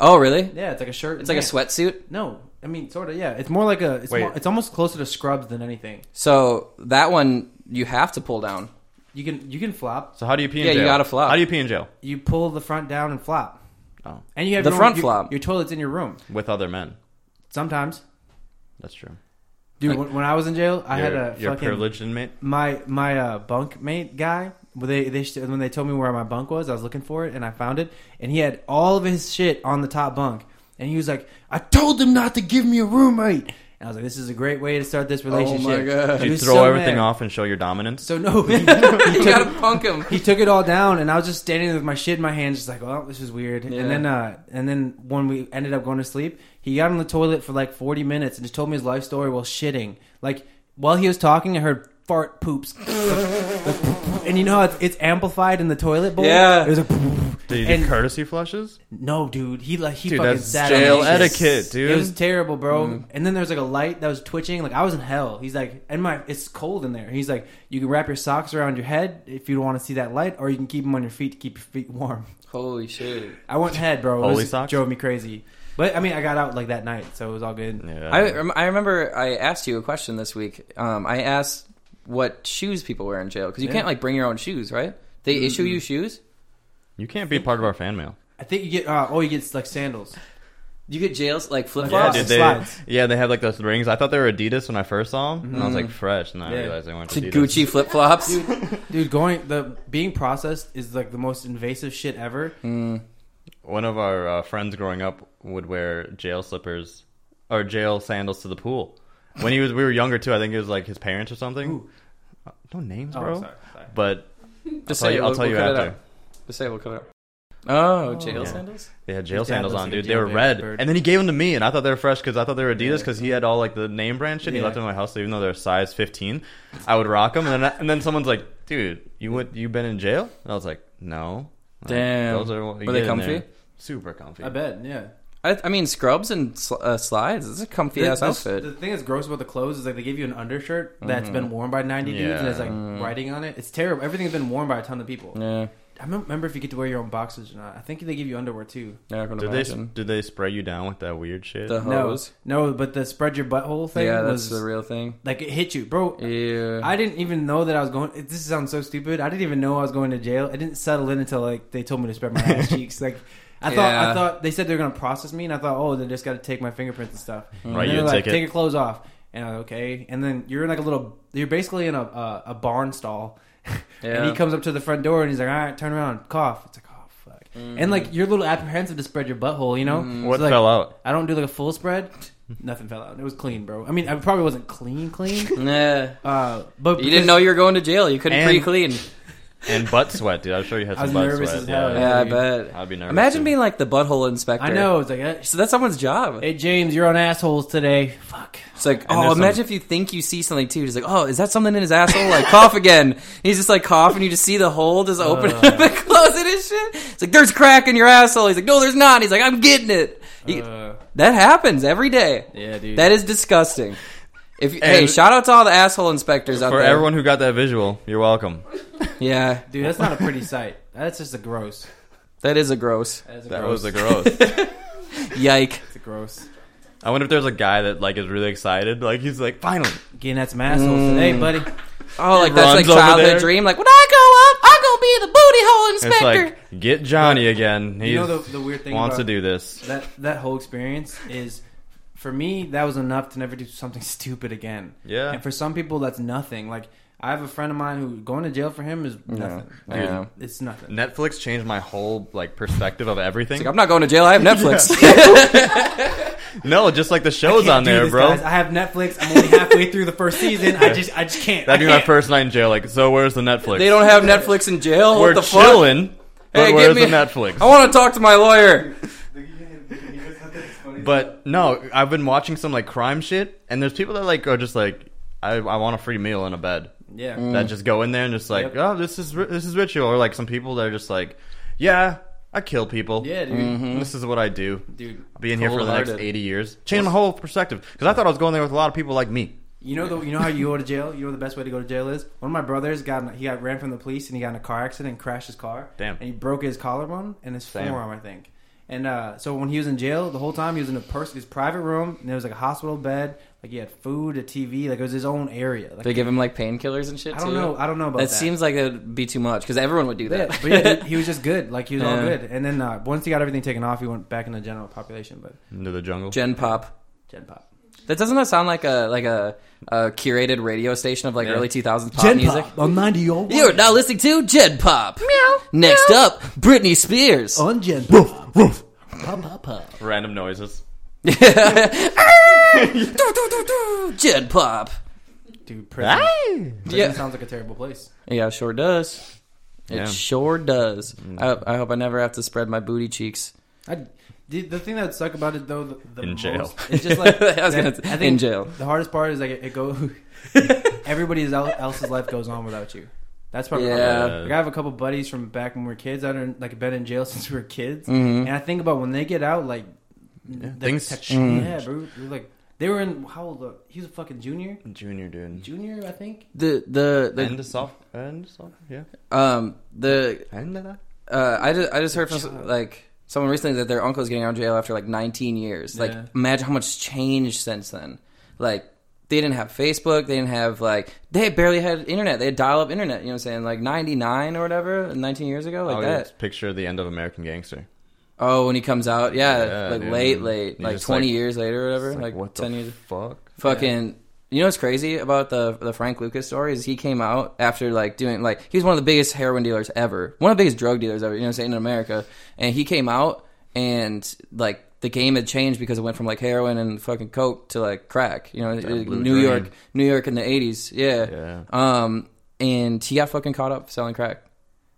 Oh, really? Yeah, it's like a shirt. It's like a sweatsuit. No, I mean sort of. Yeah, it's more like a. It's, Wait. more, it's almost closer to scrubs than anything. So that one you have to pull down. You can you can flop. So how do you pee in Yeah, you jail? gotta flop. How do you pee in jail? You pull the front down and flop. Oh. And you have The your own- front your- flop. Your toilet's in your room With other men. sometimes. That's true. Dude, when, when I was in jail, I you're, had a you're fucking privileged inmate. my my uh, bunk mate guy. well, They they sh- when they told me where my bunk was, I was looking for it and I found it, and he had all of his shit on the top bunk, and he was like, "I told them not to give me a roommate." And I was like, "This is a great way to start this relationship." Oh God. He You was throw so everything mad. off and show your dominance. So no, he, he took- You gotta punk him. he took it all down, and I was just standing there with my shit in my hands, just like, "Oh, this is weird." Yeah. And then, uh, and then when we ended up going to sleep, he got on the toilet for like forty minutes and just told me his life story while shitting. Like while he was talking, I heard fart poops, and you know how it's, it's amplified in the toilet bowl. Yeah. it was like, Do you and- do courtesy flushes? no, dude, he like he Dude, fucking that's sat jail on that shit. etiquette, dude. Mm. It was terrible, bro. And then there was like a light that was twitching. Like I was in hell. He's like, and my it's cold in there. He's like, you can wrap your socks around your head if you don't want to see that light, or you can keep them on your feet to keep your feet warm. Holy shit! I went head, bro. It Holy was- socks? drove me crazy. But I mean, I got out like that night, so it was all good. Yeah. I uh, rem- I remember I asked you a question this week. Um, I asked what shoes people wear in jail because you Yeah. can't like bring your own shoes, right? They issue you shoes. you can't be part of our fan mail. I think you get uh, oh, you get like sandals. You get jails like flip Yeah, Yeah, flops. dude, did they, slides. yeah, they had like those rings. I thought they were Adidas when I first saw them, and I was like fresh, and then Mm-hmm. Yeah. I realized they weren't to Adidas. Gucci flip flops. Dude, going the being processed is like the most invasive shit ever. Hmm. One of our uh, friends growing up would wear jail slippers or jail sandals to the pool. When he was, we were younger too. I think it was like his parents or something. Uh, no names, Oh, bro. sorry, sorry. But Just I'll tell say you, it, I'll we'll- tell we'll you cut it after. out. Just say it, we'll cut it out. Oh, jail Yeah. sandals. They had jail His dad sandals looks on, like a dude. They jail were bird- red, bird. and then he gave them to me, and I thought they were fresh because I thought they were Adidas because he had all like the name brand shit. And He Yeah. left them in my house, so even though they're size fifteen, I would rock them. And then, and then someone's like, "Dude, you went, you been in jail?" And I was like, "No." Like, Damn. what you Were they get in comfy? there. Super comfy. I bet, yeah. I, I mean, scrubs and sl- uh, slides. It's a comfy ass the, outfit. the thing that's gross about the clothes is like they give you an undershirt that's Mm-hmm. been worn by 90 dudes and it's Yeah. like writing on it. It's terrible. Everything's been worn by a ton of people. yeah, I don't remember if you get to wear your own boxes or not. I think they give you underwear too. yeah, I can Did they imagine. did they spray you down with that weird shit? The hose. No, no, but the spread your butthole thing yeah, was that's the real thing. like it hit you, bro. Yeah. I didn't even know that I was going. This sounds so stupid. I didn't even know I was going to jail. I didn't settle in until like they told me to spread my ass cheeks. Like I thought, Yeah. I thought they said they're going to process me, and I thought, oh, they just got to take my fingerprints and stuff. And Mm-hmm. Right, then you they're like, take it- take your clothes off, and I'm like, okay. And then you're in like a little. You're basically in a a, a barn stall, Yeah. and he comes up to the front door, and he's like, all right, turn around, cough. It's like, oh fuck, and Mm. like you're a little apprehensive to spread your butthole, you know? what So, like, fell out? I don't do like a full spread. Nothing fell out. It was clean, bro. I mean, I probably wasn't clean, clean. Nah. Uh, but You didn't know you were going to jail. You couldn't And- pre clean. And butt sweat, dude. I'm sure you had I was some butt nervous sweat. as hell, Yeah. Yeah, I bet. I'd be nervous. Imagine too. being like the butthole inspector. I know. It's like, eh, So that's someone's job. hey, James, you're on assholes today. Fuck. It's like, And oh, there's imagine if you think you see something too. He's like, oh, is that something in his asshole? Like, cough again. And he's just like, cough, and you just see the hole just open up and close it and shit. It's like, there's crack in your asshole. He's like, no, there's not. He's like, I'm getting it. You- that happens every day. Uh, yeah, dude. That is disgusting. If hey, And- shout out to all the asshole inspectors out for there. everyone who got that visual, you're welcome. yeah, dude, that's not a pretty sight. That's just a gross. that is a gross. That, is a That gross. was a gross. Yike. It's a gross. I wonder if there's a guy that like is really excited. Like he's like, finally, Getting at some assholes Mm. today, buddy. Oh, like He that's like runs over childhood there. dream. Like when I go up, I'm gonna be the booty hole It's inspector. like get Johnny again. He You know the, the weird thing wants to about do this. that that whole experience is, for me, that was enough to never do something stupid again. Yeah. And for some people, that's nothing. Like I have a friend of mine who going to jail for him is nothing. Like, Yeah. It's nothing. Netflix changed my whole like perspective of everything. Like, I'm not going to jail. I have Netflix. no, just like the I shows can't on do there, this, bro. guys. I have Netflix. I'm only halfway through the first season. I just, I just can't. That'd I be my can't. first night in jail. Like, so where's the Netflix? they don't have Netflix in jail. We're what the fuck? chilling, but Hey, get where's me- the Netflix? Oh. I want to talk to my lawyer. But no, I've been watching some like crime shit, and there's people that like are just like, I, I want a free meal and a bed. Yeah. that just go in there and just like, Mm. Yep. oh, this is this is ritual, or like some people that are just like, yeah, I kill people. Mm-hmm. Yeah, dude. this is what I do. Dude. I'll be in here for the next Wholehearted. eighty years. Change my whole perspective because I thought I was going there with a lot of people like me. You know the you know how you go to jail. You know the best way to go to jail is one of my brothers got in- he got ran from the police and he got in a car accident and crashed his car. Damn. And he broke his collarbone and his Damn. forearm, I think. And uh, so when he was in jail, the whole time he was in a person his private room and there was like a hospital bed, like he had food, a TV, like it was his own area. Like They give him like painkillers and shit. I don't too? know, I don't know about That, that. seems like it would be too much because everyone would do yeah, that. but yeah, dude, he was just good. Like he was all Yeah. good. And then uh, once he got everything taken off, he went back in the general population. But Into the jungle. Gen Pop. Gen Pop, That doesn't that sound like a like a, a curated radio station of like early 2000s pop music? on ninety old You're now listening to Gen Pop. Meow. Next up, Britney Spears. on Gen Pop. Random noises. Do, do, do, do. Gen Pop. Dude, prison, prison Yeah. sounds like a terrible place. Yeah, it sure does. It Yeah. sure does. I, I hope I never have to spread my booty cheeks. I, the, the thing that would suck about it though, the, the In jail. most- it's just like I was gonna that- say, in jail. The hardest part is like it, it go. everybody el- else's life goes on without you. That's probably Yeah. Like I have a couple buddies from back when we were kids. I don't like been in jail since we were kids, Mm-hmm. and I think about when they get out, like the things tech- Mm-hmm. Yeah, bro. You're Like they were in how old? uh, He was a fucking junior, Junior dude. junior, I think. The the the End of soft. End of soft. Yeah. um the End of that. uh, I just I just heard from like someone recently that their uncle's getting out of jail after like 19 years. Like Yeah. imagine how much changed since then. Like they didn't have Facebook, they didn't have like they barely had internet. They had dial up internet, you know what I'm saying? Like 99 or whatever, 19 years ago, like Oh, yeah, that. it's picture the end of American Gangster. Oh, when he comes out, yeah, Yeah, like dude. late late, You like just, 20 like- years later or whatever, It's like, what 10 the years. Fuck. Fucking. You know what's crazy about the the Frank Lucas story is he came out after like doing like he was one of the biggest heroin dealers ever, one of the biggest drug dealers ever. You know, what I'm saying in America, and he came out and like the game had changed because it went from like heroin and fucking coke to like crack. You know, like, blue New dream. York, New York in the 80s, yeah. Yeah. Um, and he got fucking caught up selling crack.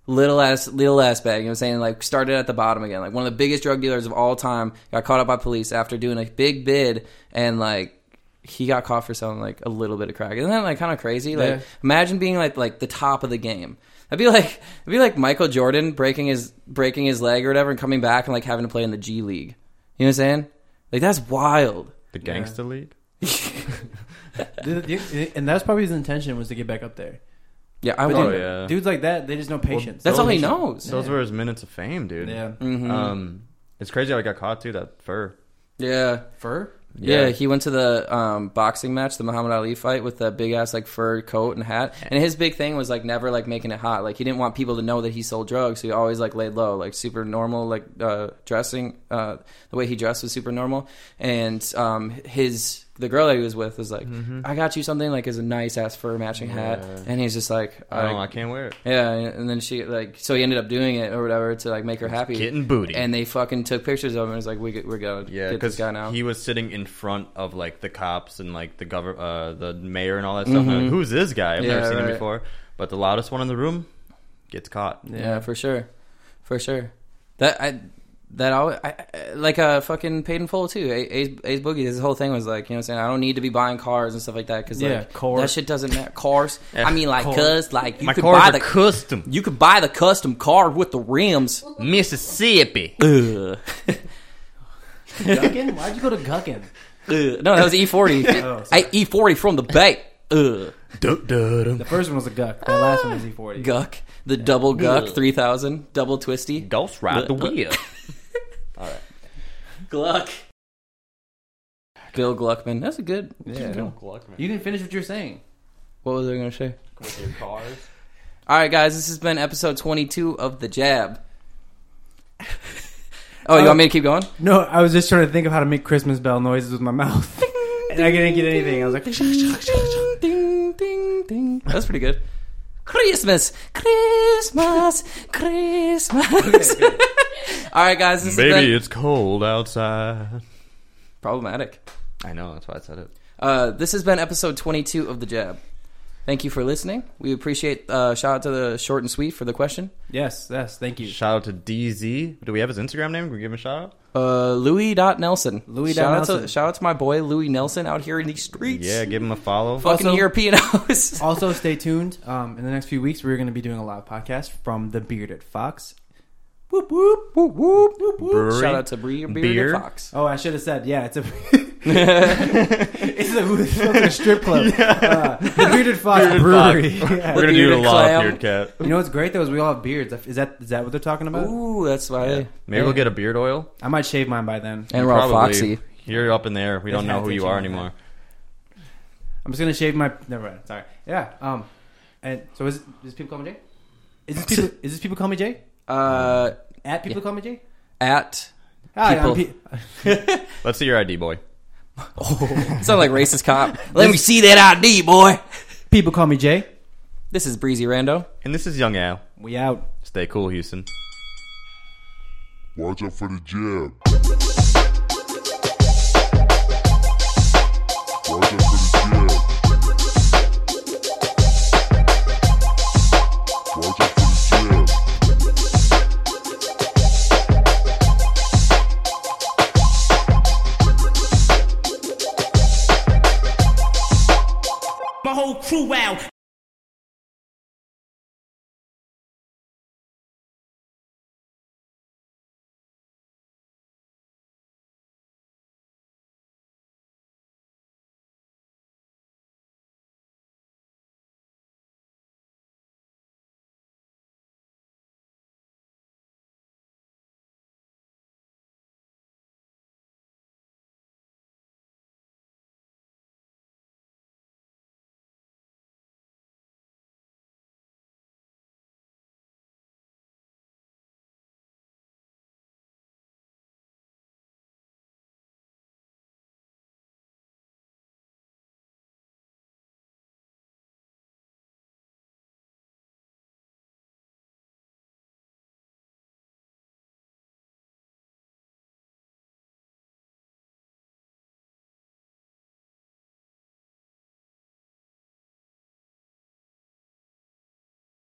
little ass little ass bag. You know what I'm saying? Like started at the bottom again. Like one of the biggest drug dealers of all time got caught up by police after doing a big bid and like he got caught for selling like a little bit of crack. Isn't that like kind of crazy? Like Yeah. imagine being like like the top of the game. I'd be like I'd be like Michael Jordan breaking his breaking his leg or whatever and coming back and like having to play in the G League. You know what I'm saying? Like that's wild. The Gangsta League. Dude, you- and that's probably his intention was to get back up there. Yeah, I would. Oh dude, yeah, Dudes like that, they just know patience. That's all he Patience. knows. Those were his minutes of fame, dude. Yeah. Um, it's crazy how he got caught too. That fur. yeah. Fur? Yeah. Yeah. he went to the um, boxing match, the Muhammad Ali fight, with the big ass like fur coat and hat. And his big thing was like never like making it hot. Like he didn't want people to know that he sold drugs, so he always like laid low, like super normal, like uh, dressing. Uh, the way he dressed was super normal. And um, his the girl that he was with was like, Mm-hmm. "I got you something like is a nice ass fur matching hat," and he's just like, I don't. I- I can't wear it. yeah, and then she like so he ended up doing it or whatever to like make her happy. Getting booty. and they fucking took pictures of him. and was like we get- we're gonna Yeah, get because this guy now. he was sitting in front of like the cops and like the govern, uh, the mayor and all that stuff. And I'm like, Who's this guy? I've Mm-hmm. Yeah, never seen right. him before. But the loudest one in the room gets caught. yeah. for sure, for sure. That I that always, I, I- like a uh, fucking paid in full too. A- Ace, Ace Boogie. His whole thing was like you know what I'm saying I don't need to be buying cars and stuff like that because Yeah, like cars. that shit doesn't matter. Cars. I mean like cars. cuz like you My could buy car's a the custom you could buy the custom car with the rims. Mississippi. Ugh. Guckin? Why'd you go to Guckin? Ugh. No, that was E E40. I E40 E from the Bay. Ugh. The first one was a Guck. The last one E was E40. Guck, the double Guck 3000, double twisty. Ghost ride the wheel. Gluck. Bill Gluckman. That's a good. Yeah. You didn't finish what you were saying. What was I going to say? All right, guys, this has been episode 22 of The Jab. Oh, you want me to keep going? No, I was just trying to think of how to make Christmas bell noises with my mouth. and I didn't get anything. I was like, Ding, ding, ding, ding. That's pretty good. Christmas, Christmas, Christmas. All right, guys, this has Baby, been it's cold outside. problematic. I know. That's why I said it. Uh, this has been episode 22 of The Jab. Thank you for listening. We appreciate uh, shout out to the short and sweet for the question. yes, yes, thank you. Shout out to DZ. Do we have his Instagram name? Can we give him a shout out? Uh, Louis dot Nelson. Louis shout dot out to Nelson. shout out to my boy Louis Nelson out here in these streets. Yeah, give him a follow. fucking Also- European house. Also, stay tuned. Um, in the next few weeks, we're going to be doing a live podcast from the Bearded Fox. Whoop, whoop, whoop, whoop, whoop, whoop. Brewery. Shout out to Bree Bearded Beer. Fox. Oh, I should have said, yeah, it's a it's a, it's a strip club. Uh, the Bearded Fox Brewery. Yeah. We're gonna Bearded do a lot clam. of beard cat. You know what's great though is we all have beards. Is that is that what they're talking about? Ooh, that's why. Maybe we'll get a beard oil. I might shave mine by then. And we're all Probably. foxy. You're up in there. We don't know hats who that you you are don't have. anymore. I'm just gonna shave my. Never mind. Sorry. Yeah. Um. And so is is people call me Jay? Is this people? is this people call me Jay? Uh, At people call me Jay? at Hi, I'm People. Pe- Let's see your ID, boy. Oh. sound like racist cop. Let me see that ID, boy. people call me Jay. This is Breezy Rando. And this is Young Al. We out. Stay cool, Houston. Watch out for the jab. Watch out for the jab. Watch out for the jab. My whole crew out.